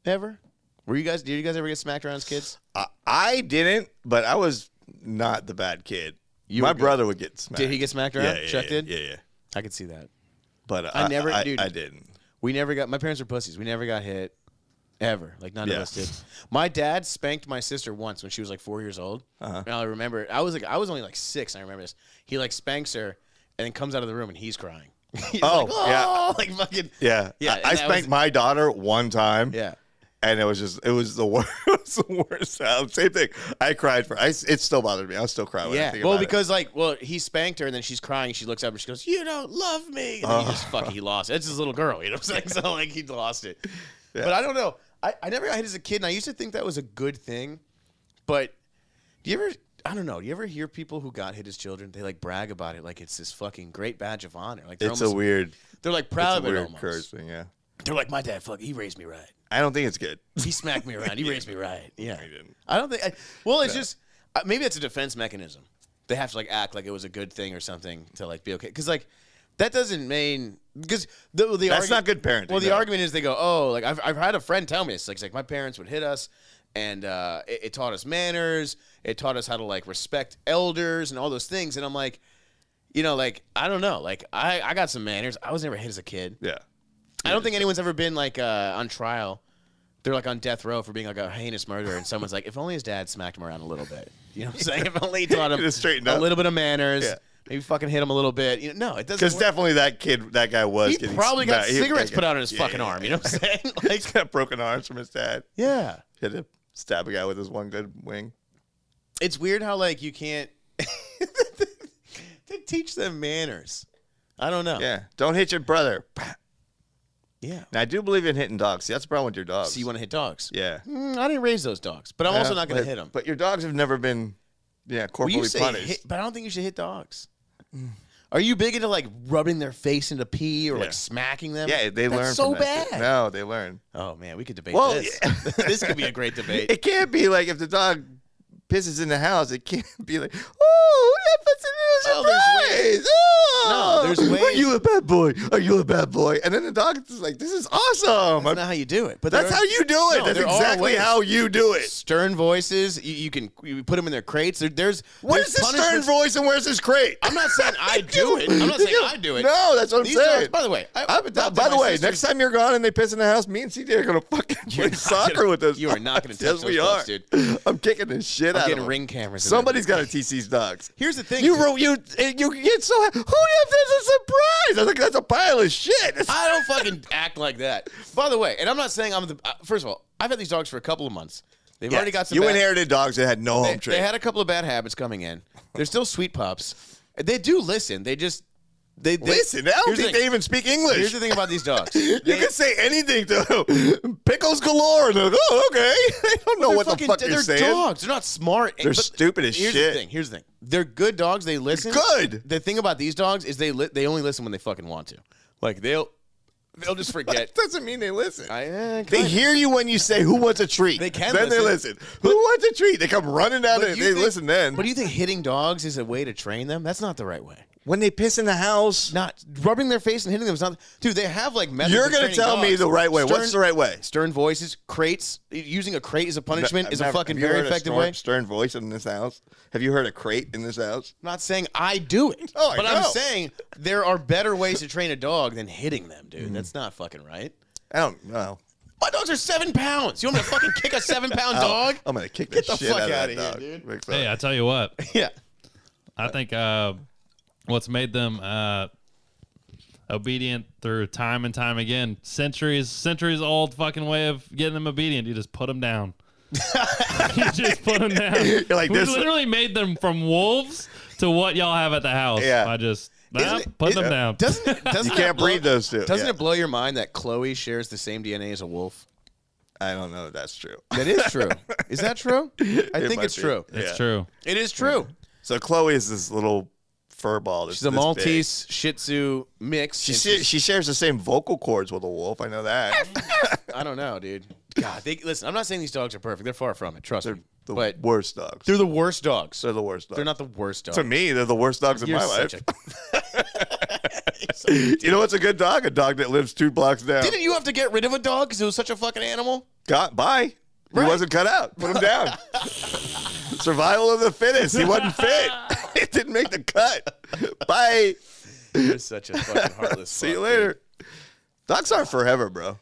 Ever? Were you guys? Did you guys ever get smacked around as kids? I, I didn't, but I was not the bad kid. You My were good. brother would get smacked. Did he get smacked around? yeah, yeah, Chuck yeah, did. Yeah, yeah. I could see that. But uh, I never- I, dude. I didn't. We never got. My parents were pussies. We never got hit, ever. Like none Yeah. of us did. My dad spanked my sister once when she was like four years old. Uh-huh. And I remember. I was like, I was only like six. And I remember this. He like spanks her, and then comes out of the room and he's crying. He's Oh, like, yeah. "Oh," like fucking Yeah, Yeah, I, and I that spanked was- my daughter one time. yeah. and it was just it was the worst. it was the worst sound. Same thing. I cried for. I it still bothered me. I still cry when I Yeah. think Well, about it. because like, well, he spanked her, and then she's crying. and She looks up and she goes, "You don't love me." And then he just fucking he Oh. lost. It. It's his little girl. You know what I'm saying? So like, he lost it. But I don't know. I, I never got hit as a kid, and I used to think that was a good thing. But do you ever? I don't know. Do you ever hear people who got hit as children? They like brag about it, like it's this fucking great badge of honor. Like they're it's a almost, weird, they're like it's a proud of it weird almost. curse thing. Yeah, They're like, my dad, fuck, he raised me right. I don't think it's good. He smacked me around. He raised me right. Yeah. didn't. I don't think. I, well, it's just uh, maybe it's a defense mechanism. They have to like act like it was a good thing or something to like be okay. Because like that doesn't mean because the, the That's not good parenting, Well, the no. argument is they go, oh, like I've, I've had a friend tell me this. Like, it's like my parents would hit us, and uh, it, it taught us manners. It taught us how to like respect elders and all those things. And I'm like, you know, like I don't know. Like I I got some manners. I was never hit as a kid. Yeah, I don't think anyone's ever been like uh, on trial. They're like on death row for being like a heinous murderer, and someone's like, if only his dad smacked him around a little bit. You know what I'm saying? If only he taught him Could've straightened a up. little bit of manners, Yeah. maybe fucking hit him a little bit. You know, no, it doesn't. because work. definitely that kid, that guy was. he getting probably got smacked. He- cigarettes yeah, put out in his yeah, fucking yeah, arm. yeah. You know what I'm saying? Like, He's got broken arms from his dad. yeah, Had to stab a guy with his one good wing. it's weird how like you can't to teach them manners. I don't know. Yeah, don't hit your brother. Yeah. Now I do believe in hitting dogs. See, that's the problem with your dogs. So you want to hit dogs? yeah. Mm, I didn't raise those dogs, but I'm also Yeah, not going but- to hit them. But your dogs have never been, yeah, Well, you corporally say punished. hit- but I don't think you should hit dogs. Are you big into like rubbing their face into pee or Yeah. like smacking them? yeah, they That's learn so from that shit. bad. No, they learn. Oh man, we could debate Well, this. yeah. this could be a great debate. It can't be like if the dog pisses in the house, it can't be like, oh, that puts in Oh, there's surprise! No, there's Oh! Are ways- you a bad boy? Are you a bad boy? And then the dog is like, "This is awesome." That's not how you do it. But there That's are how you do it. No, That's there are exactly ways. how you do it. Stern voices. You, you can you put them in their crates. There, there's Where's there's the stern punishments- voice and where's his crate? I'm not saying I do it. I'm not saying I do it. No, that's what I'm These saying. dogs- by the way, I, I- I've adopted by the my way, sister's- next time you're gone and they piss in the house, me and CJ are gonna fucking You're play not soccer gonna- with those. you are not gonna dogs. touch yes, those we dogs, are. dude. I'm kicking the shit out getting of them. ring cameras in there, Somebody's dude. got to teach these dogs. Here's the thing. You dude. wrote you you get so ha- who if there's a surprise? I think that's a pile of shit. It's- I don't fucking act like that. By the way, and I'm not saying I'm the. Uh, first of all, I've had these dogs for a couple of months. They've already got some. you bad- inherited dogs that had no They, home they training. had a couple of bad habits coming in. They're still sweet pups. They do listen. They just they, they Listen, I don't here's the think thing. they even speak Here's English. the thing about these dogs. You They- can say anything to them. Pickles galore. And they're like, oh, okay. They don't know they're what the fucking- fuck they're you're saying. dogs. They're not smart. They're stupid as here's shit. The thing. Here's the thing. They're good dogs. They listen. Good. The thing about these dogs is they li- they only listen when they fucking want to. Like they'll they'll just That forget. doesn't mean they listen. I, eh, kinda. They hear you when you say "Who wants a treat." They can Then they listen. listen. Who wants a treat? They come running down But there. They you think- listen then. But do you think hitting dogs is a way to train them? That's not the right way. when they piss in the house, Not rubbing their face and hitting them is not. Dude, they have like methods. you're of gonna training tell me dogs. the right way. Stern- What's the right way? Stern voices, crates. Using a crate as a punishment is a I've never- fucking have you very heard a effective stern- way. I'm Stern voice in this house. Have you heard a crate in this house? not saying I do it, Oh, I but I'm know. saying there are better ways to train a dog than hitting them, dude. Hmm. That's not fucking right. I don't know. My dogs are seven pounds. You want me to fucking kick a seven Oh. pound dog? I'm gonna kick Get the the shit fuck out outta of that here, dog. dude. Rick's Hey, like, I tell you what, Yeah. I think uh, what's made them uh, obedient through time and time again, centuries, centuries old fucking way of getting them obedient. You just put them down. you just put them down. You're like, we this- literally made them from wolves to what y'all have at the house. Yeah. I just Isn't nah, it- put isn't them it- down. Doesn't it, doesn't You that can't blow- breather those two. Doesn't Yeah. it blow your mind that Chloe shares the same DNA as a wolf? I don't know if that's true. That is true. is that true? I It think might it's be. true. it's Yeah. true. It is true. So Chloe is this little fur ball. that's She's a this big. Maltese Shih Tzu mix. She, and she, she shares the same vocal cords with a wolf. I know that. I don't know, dude. God, they, listen. I'm not saying these dogs are perfect. They're far from it. Trust me. The but worst dogs. they're the worst dogs. They're the worst dogs. They're not the worst dogs. to me, they're the worst dogs in You're my such life. a- you know what's a good dog? A dog that lives two blocks down. Didn't you have to get rid of a dog because it was such a fucking animal? Got by. Right. He wasn't cut out. Put him down. Survival of the fittest. He wasn't fit. it didn't make the cut. Bye. You're such a fucking heartless. See you later. Dogs are forever, bro.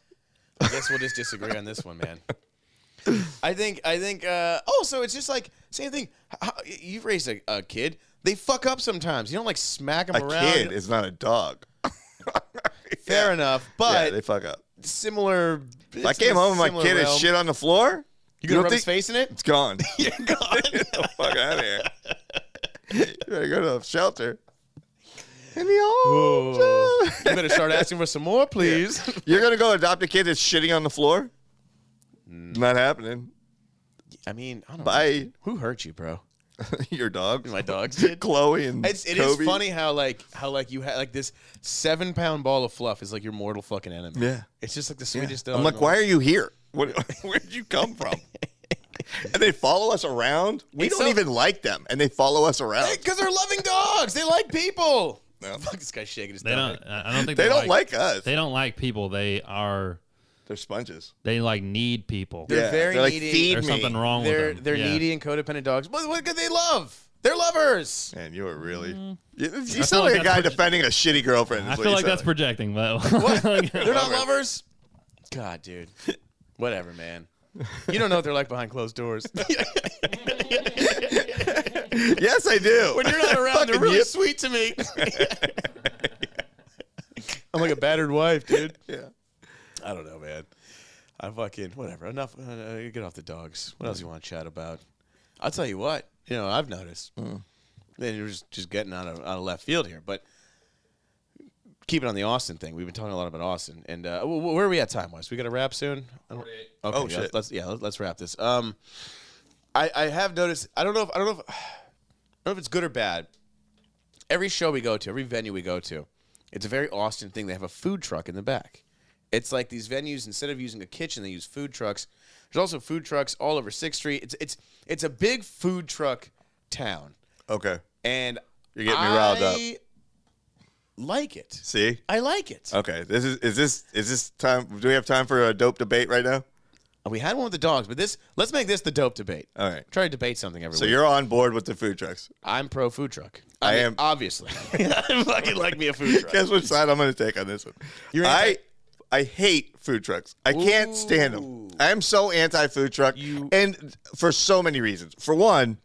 I guess we'll just disagree on this one, man. I think I think uh, also it's just like same thing. H- How, you've raised a, a kid. They fuck up sometimes. You don't like smack them A around. kid is not a dog. Fair enough, Yeah, but they fuck up. similar. If I came home and my kid is shit on the floor. You gonna don't rub his think- face in it? It's gone. You're gone. Get the fuck out of here. you better go to the shelter. In the old Oh. shelter. you better start asking for some more, please. You're gonna go adopt a kid that's shitting on the floor? Not happening. I mean, I don't know. Bye. Who hurt you, bro? Your dogs. My dogs did. Chloe and It's it is Kobe. funny how like how like you had like this seven pound ball of fluff is like your mortal fucking enemy. Yeah. it's just like the Yeah. sweetest dog. I'm in like, the world. why are you here? What, where'd you come from? and they follow us around. We It's don't so- even like them, and they follow us around. Because they're loving dogs. They like people. No. Fuck this guy's shaking his They stomach. don't. I I don't think They don't like us. They don't like people. They are. They're sponges. They like need people. They're yeah, very they're like, needy. feed There's me. something wrong They're with them. they're Yeah. needy and codependent dogs. But what could they love? They're lovers. Man, you were really. Mm-hmm. You, you I sound feel like like a that's guy pretty- defending a shitty girlfriend. I feel like that's projecting, but They're not Lovers. lovers. God, dude. Whatever, man. You don't know what they're like behind closed doors. pretty. yes, I do. when you're not around, they're Fucking really yip. sweet to me. I'm like a battered wife, dude. Yeah. I don't know, man. I fucking whatever. Enough. Uh, uh, get off the dogs. What else you want to chat about? I'll tell you what. You know, I've noticed. Mm. Then you're just, just getting out of out of left field here, but keep it on the Austin thing. We've been talking a lot about Austin, and uh, wh- wh- where are we at time wise? We got to wrap soon. I don't- Okay, Oh, yeah, shit. Let's yeah, let's, let's wrap this. Um, I I have noticed. I don't know if I don't know if I don't know if it's good or bad. Every show we go to, every venue we go to, it's a very Austin thing. They have a food truck in the back. It's like these venues instead of using a kitchen, they use food trucks. There's also food trucks all over Sixth Street. It's it's it's a big food truck town. Okay. And You're getting me riled up. I like it. See? I like it. Okay. This is is this is this time do we have time for a dope debate right now? we had one with the dogs, but this let's make this the dope debate. All right. Try to debate something every Uh, So week. you're on board with the food trucks. I'm pro food truck. I mean, am- obviously. I fucking like me a food truck. Guess which side I'm going to take on this one. You're I I hate food trucks. I can't stand them. Ooh. I'm so anti food truck, You- and for so many reasons. For one,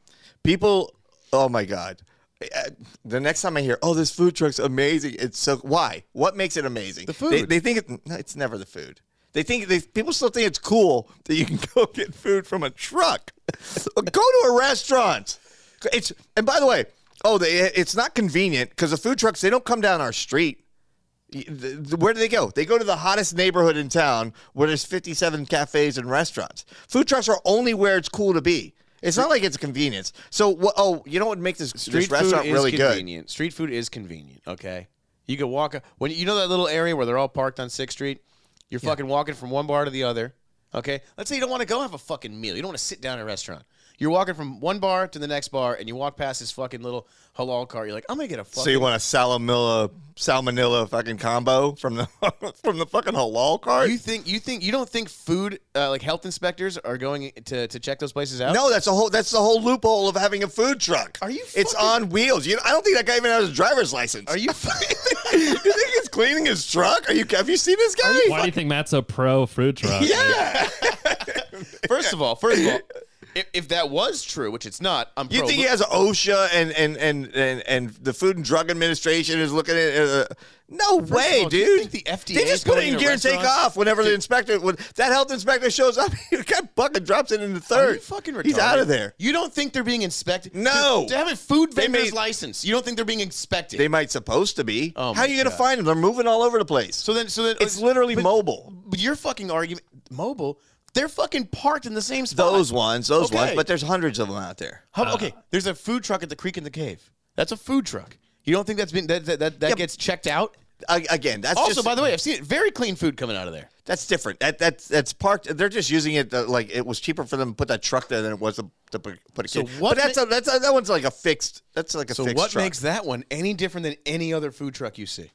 people. Oh my god. Uh, The next time I hear, "Oh, this food truck's amazing," it's so. Why? What makes it amazing? The They, food. they think it, no, it's never the food. They think they, people still think it's cool that you can go get food from a truck. go to a restaurant. It's and by the way, oh, they, it's not convenient because the food trucks they don't come down our street. Y- th- th- Where do they go? They go to the hottest neighborhood in town where there's 57 cafes and restaurants. Food trucks are only where it's cool to be. It's not like it's a convenience. So, wha- oh, you know what would make this, this Street restaurant food is really good? convenient. Street food is convenient. Okay, you can walk when you know that little area where they're all parked on Sixth Street. You're fucking walking from one bar to the other. Okay, let's say you don't want to go have a fucking meal. You don't want to sit down at a restaurant. You're walking from one bar to the next bar, and you walk past this fucking little halal cart. You're like, I'm gonna get a fucking. So you want a salmonella, salmonella fucking combo from the from the fucking halal cart? you think you think you don't think food uh, like health inspectors are going to, to check those places out? No, that's a whole that's the whole loophole of having a food truck. Oh. Are you It's fucking- on wheels. You, I don't think that guy even has a driver's license. Are you? you think he's cleaning his truck? Are you? Have you seen this guy? Why do you think Matt's a pro food truck? yeah. first of all, first of all, if, if that was true, which it's not, I'm. You pro think he has OSHA and and and and, and the Food and Drug Administration is looking at? Uh, no way, all, do dude. you think the FDA they is just put going it in to gear and take restaurants? off whenever the inspector when that health inspector shows up. He got bucket drops it in the third. Are you fucking retarded? He's out of there. You don't think they're being inspected? No. To, to have a food They vendor's made- license, you don't think they're being inspected? They might supposed to be. Oh How my are you going to God. find them? They're moving all over the place. so then, so then it's literally but- mobile. But your fucking argument, mobile, they're fucking parked in the same spot. Those ones, those ones, Okay. but there's hundreds of them out there. How, okay, there's a food truck at the creek in the cave. That's a food truck. You don't think that's been that that that, that gets checked out? I, again, that's Also, just, by the way, I've seen it. Very clean food coming out of there. that's different. That that's that's parked. They're just using it uh, like it was cheaper for them to put that truck there than it was to, to put put a So kid. what but that's ma- a, that's a, that one's like a fixed. That's like a So fixed what truck. makes that one any different than any other food truck you see?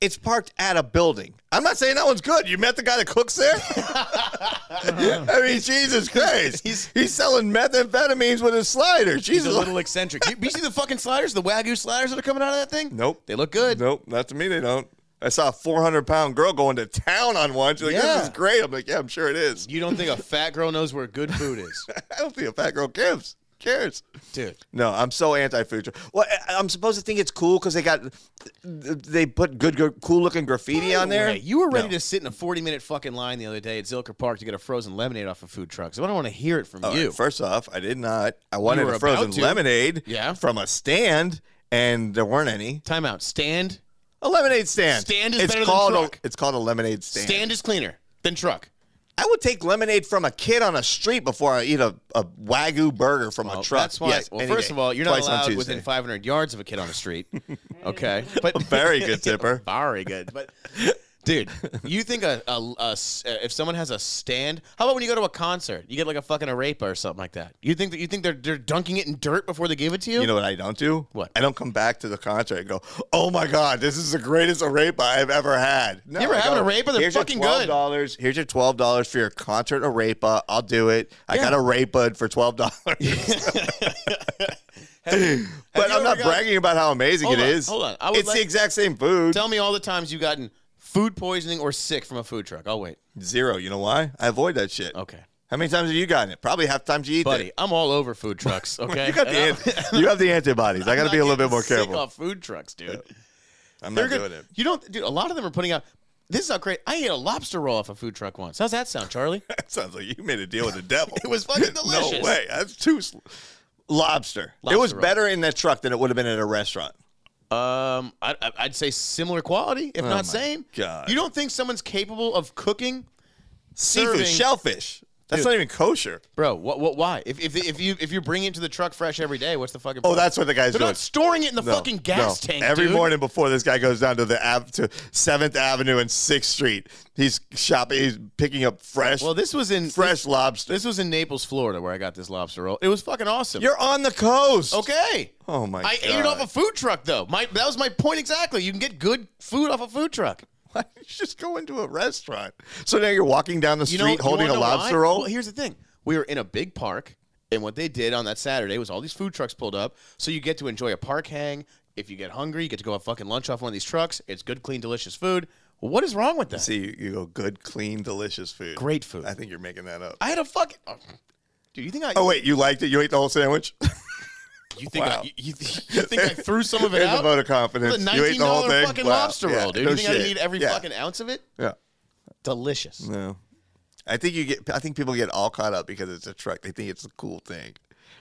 it's parked at a building. I'm not saying that one's good. You met the guy that cooks there. I mean, Jesus Christ, he's, he's selling methamphetamines with his slider. He's Jesus, a little eccentric. You, you see the fucking sliders, the wagyu sliders that are coming out of that thing? Nope. They look good. Nope, not to me. They don't. I saw a 400 pound girl going to town on one. She's like, Yeah. "This is great." I'm like, "Yeah, I'm sure it is." You don't think a fat girl knows where good food is, I don't think a fat girl cares. Cares. dude? No, I'm so anti food truck. Well, I- I'm supposed to think it's cool because they got they put good, good cool looking graffiti on there. Hey, you were ready No. to sit in a forty-minute fucking line the other day at Zilker Park to get a frozen lemonade off a food truck. So I don't want to hear it from All right, you. First off, I did not. I wanted were a about frozen to. lemonade. Yeah. From a stand, and there weren't any. Time out. Stand. A lemonade stand. Stand is it's better than called truck. A, it's called a lemonade stand. Stand is cleaner than truck. I would take lemonade from a kid on a street before I eat a, a wagyu burger from a Well, truck. That's why. Yes, well, any first day. of all, you're not Twice on allowed Tuesday. within 500 yards of a kid on the street. Okay, but Very good tipper. very good. But dude, you think a, a- a s- uh, if someone has a stand? How about when you go to a concert, you get like a fucking arepa or something like that? You think that you think they're they're dunking it in dirt before they give it to you? You know what I don't do? What? I don't come back to the concert and go, "Oh my god, this is the greatest arepa I've ever had." No, You ever I have an go, arepa? They're here's fucking your good." Dollars. Here's your twelve dollars for your concert arepa. I'll do it. I Yeah. got arepa for twelve dollars. but you I'm ever not got- bragging about how amazing Hold it on, is. hold on. I would it's like- the exact same food. Tell me all the times you've gotten food poisoning or sick from a food truck. I'll wait. Zero. You know why? I avoid that shit. Okay. How many times have you gotten it? Probably half the times you eat Buddy, it. I'm all over food trucks. Okay, You got the And I'm- anti- you have the antibodies. I got to not be a little bit getting more sick careful. off food trucks, dude. I'm They're not good. doing it. You don't, dude. A lot of them are putting out. This is how great. I ate a lobster roll off a food truck once. How's that sound, Charlie? That sounds like you made a deal with the devil. It was fucking delicious. No way. That's too. Sl- lobster. It Lobster was roll. better in that truck than it would have been at a restaurant. Um, I, I- I'd say similar quality, if not same. Oh God. You don't think someone's capable of cooking Seafood, Serving- shellfish. That's not even kosher. Bro, what, what, why? If, if, if you if you bring it to the truck fresh every day, what's the fucking? Oh, problem? that's what the guy's They're doing. not storing it in the No, fucking gas no. tank. Every dude. morning before this guy goes down to the av- to Seventh Avenue and Sixth Street, he's shopping. He's picking up fresh, Well, this was in fresh lobster. This was in Naples, Florida, where I got this lobster roll. It was fucking awesome. You're on the coast. okay. Oh my! I God. ate it off a food truck, though. My that was my point exactly. You can get good food off a food truck. Why don't you just go into a restaurant? So now you're walking down the You street know, you holding wanna know a why? lobster roll. Well, here's the thing: we were in a big park, and what they did on that Saturday was all these food trucks pulled up, so you get to enjoy a park hang. If you get hungry, you get to go have fucking lunch off one of these trucks. It's good, clean, delicious food. What is wrong with that? See, you, you go good, clean, delicious food. Great food. I think you're making that up. I had a fucking. Oh, dude, you think I? oh wait, you liked it? You ate the whole sandwich? you think I? wow. You, you- you think I threw some of it There's out? a vote of confidence. The you nineteen ate the whole dollar thing. fucking Wow. lobster Yeah, roll, dude. no you think shit. I need every Yeah. Mm. fucking ounce of it? Yeah. Delicious. No. I think you get. I think people get all caught up because it's a truck. They think it's a cool thing.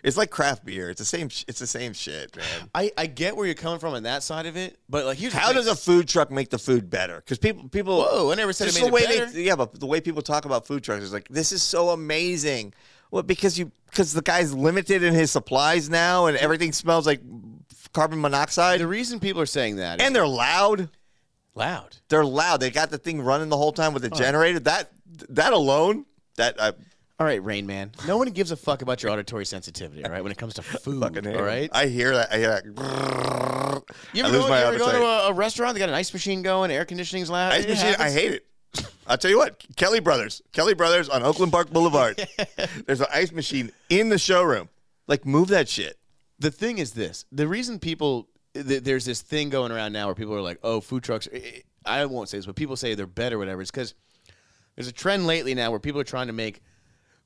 It's like craft beer. It's the same. sh- It's the same shit, man. I, I get where you're coming from on that side of it, but like here's the How thing. does a food truck make the food better? Because people, people. Whoa, I never said it just made the way it better. They, yeah, but the way people talk about food trucks is like this is so amazing. Well, because you because the guy's limited in his supplies now, and everything smells like carbon monoxide. the reason people are saying that is and they're loud. loud. They're loud. They got the thing running the whole time with the generator. That that alone. That I All right, Rain Man. No one gives a fuck about your auditory sensitivity, all right? When it comes to food, fucking hate all it. right? I hear that. I hear that. You I ever, lose go, my you ever go appetite. to a, a restaurant? They got an ice machine going, air conditioning's loud. Ice it machine, I happens. hate it. I'll tell you what, Kelly Brothers, Kelly Brothers on Oakland Park Boulevard. There's an ice machine in the showroom. Like, move that shit. the thing is this the reason people th- there's this thing going around now where people are like oh food trucks I- i won't say this but people say they're better whatever it's because there's a trend lately now where people are trying to make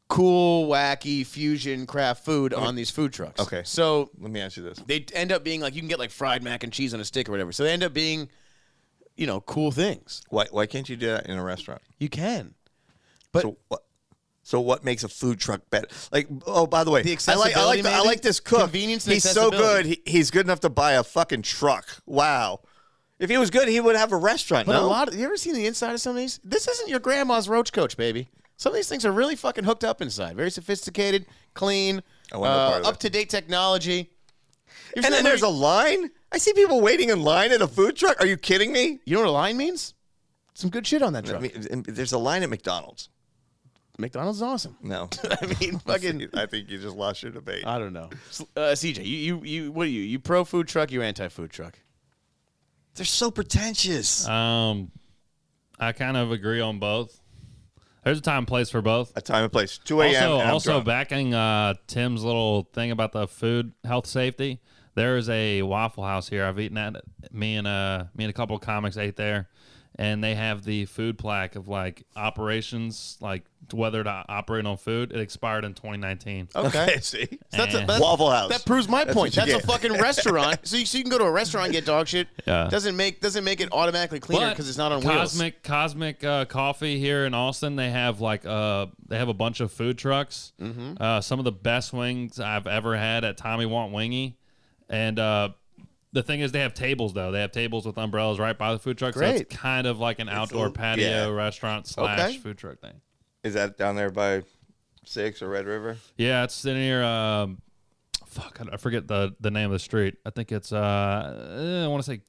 cool wacky fusion craft food on these food trucks Okay. so Let me ask you this. they end up being like you can get like fried mac and cheese on a stick or whatever so they end up being you know cool things Why, why can't you do that in a restaurant? you can but So what? So what makes a food truck better? Like, oh, by the way, The I like I like, the, I accessibility, like this cook. Convenience and he's so good. accessibility. He, he's good enough to buy a fucking truck. Wow. If he was good, he would have a restaurant. But no? a lot of you ever seen the inside of some of these? This isn't your grandma's roach coach, baby. Some of these things are really fucking hooked up inside. Very sophisticated, clean, I want no part of that. up to date technology. You've seen and that then there's a movie- line. I see people waiting in line at a food truck. Are you kidding me? You know what a line means? Some good shit on that truck. I mean, there's a line at McDonald's. McDonald's is awesome. No. I mean, fucking. I think you just lost your debate. I don't know. Uh, CJ, you, you you what are you? You pro food truck? You anti food truck? They're so pretentious. Um, I kind of agree on both. There's a time and place for both. a time and place. 2 a.m. Also, and Oh, I'm also drunk. backing uh, Tim's little thing about the food health safety. There is a Waffle House here. I've eaten at me and uh me and a couple of comics ate there, and they have the food plaque of like operations, like whether to operate on food. It expired in 2019. Okay. Okay, see? So that's a- Eh. that's- Waffle House. That proves my point. what That's you a fucking restaurant. So you, so you can go to a restaurant and get dog shit. Yeah. Doesn't make doesn't make it automatically cleaner But because it's not on wheels. Cosmic Cosmic uh, Coffee here in Austin. They have like uh they have a bunch of food trucks. Mm-hmm. Uh, some of the best wings I've ever had at Tommy Want Wingy, and uh, the thing is they have tables though. They have tables with umbrellas right by the food truck. So Great. it's kind of like an outdoor patio yeah. restaurant slash Okay. food truck thing. Is that down there by 6 or Red River? Yeah, it's in here. Um, fuck, I- I forget the the name of the street. I think it's uh eh, I want to say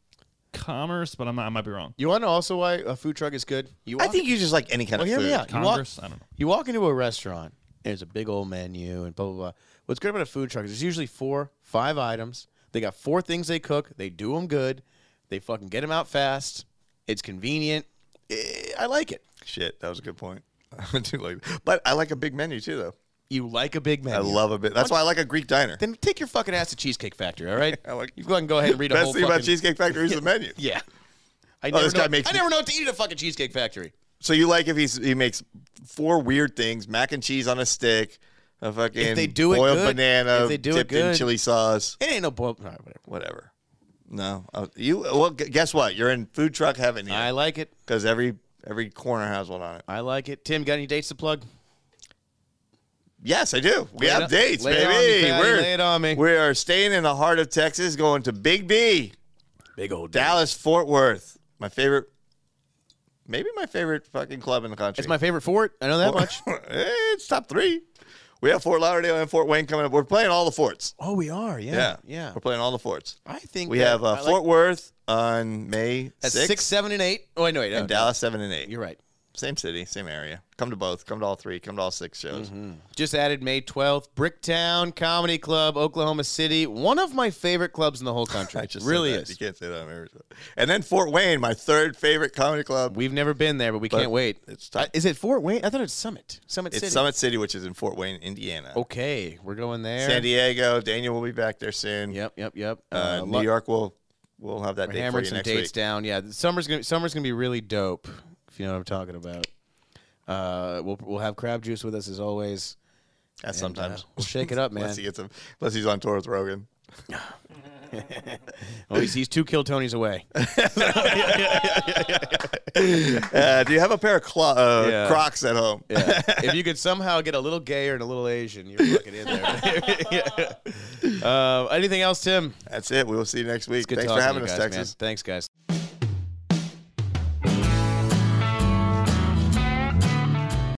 Commerce, but I'm not. I might be wrong. You want to also why a food truck is good? You I walk- think you just like any kind Well, of hear food. me out. You walk- Congress. I don't know. You walk into a restaurant, and there's a big old menu and blah blah blah. What's great about a food truck is there's usually four, five items. They got four things they cook. They do them good. They fucking get them out fast. It's convenient. Eh, I like it. Shit, that was a good point. I do like But I like a big menu too, though. You like a big menu. I love a bit. That's why I like a Greek diner. Then take your fucking ass to Cheesecake Factory. All right. I like- You go ahead and go ahead and read a Best whole thing fucking. about Cheesecake Factory is the menu. yeah. I never, this know, guy makes I me- never know what to eat at a fucking Cheesecake Factory. So you like if he's he makes four weird things: mac and cheese on a stick, a fucking they do it boiled good. banana If they do it dipped in good. chili sauce. It ain't no boil. All right, whatever. whatever. No, Oh, you. Well, gu- guess what? You're in food truck heaven I here like it. because every every corner has one on it. I like it. Tim, got any dates to plug? Yes, I do. We Lay it have on- dates, lay it on me, baby. fatty, We're, lay it on me. We are staying in the heart of Texas, going to Big B, Big old Dallas, Fort Worth, my favorite maybe my favorite fucking club in the country. It's my favorite fort. I know Oh. that much. it's top three. We have Fort Lauderdale and Fort Wayne coming up. We're playing all the forts. Oh, we are. Yeah, Yeah. Yeah. We're playing all the forts. I think We that- have uh, I like- Fort Worth on May at sixth, six, seven, and eight. Oh, wait, no, wait, no, and no. Dallas seven and eight. You're right. Same city, same area. Come to both. Come to all three. Come to all six shows. Mm-hmm. Just added May 12th, Bricktown Comedy Club, Oklahoma City. One of my favorite clubs in the whole country. I just said really that. is. You can't say that. on every show. And then Fort Wayne, my third favorite comedy club. We've never been there, but we can't wait. it's Uh, top- is it Fort Wayne? I thought it's Summit. Summit It's City. Summit City, which is in Fort Wayne, Indiana. Okay, we're going there. San Diego. Daniel will be back there soon. Yep, yep, yep. Uh, Uh, New lo- York will will have that we're date for hammering you some next dates week. down. Yeah, the summer's gonna summer's gonna be really dope. If you know what I'm talking about. Uh, we'll we'll have crab juice with us as always. That's and, uh, sometimes. we'll shake it up, man. Unless he gets him, unless he's on tour with Rogan. Oh, he's, he's two kill Tonys away. Uh, do you have a pair of clo- uh, Yeah. Crocs at home? Yeah. if you could somehow get a little gayer and a little Asian, you're fucking in there. Yeah. uh, anything else, Tim? That's it. We will see you next week. Good Thanks talking to for having you us, guys, man. Texas. Thanks, guys.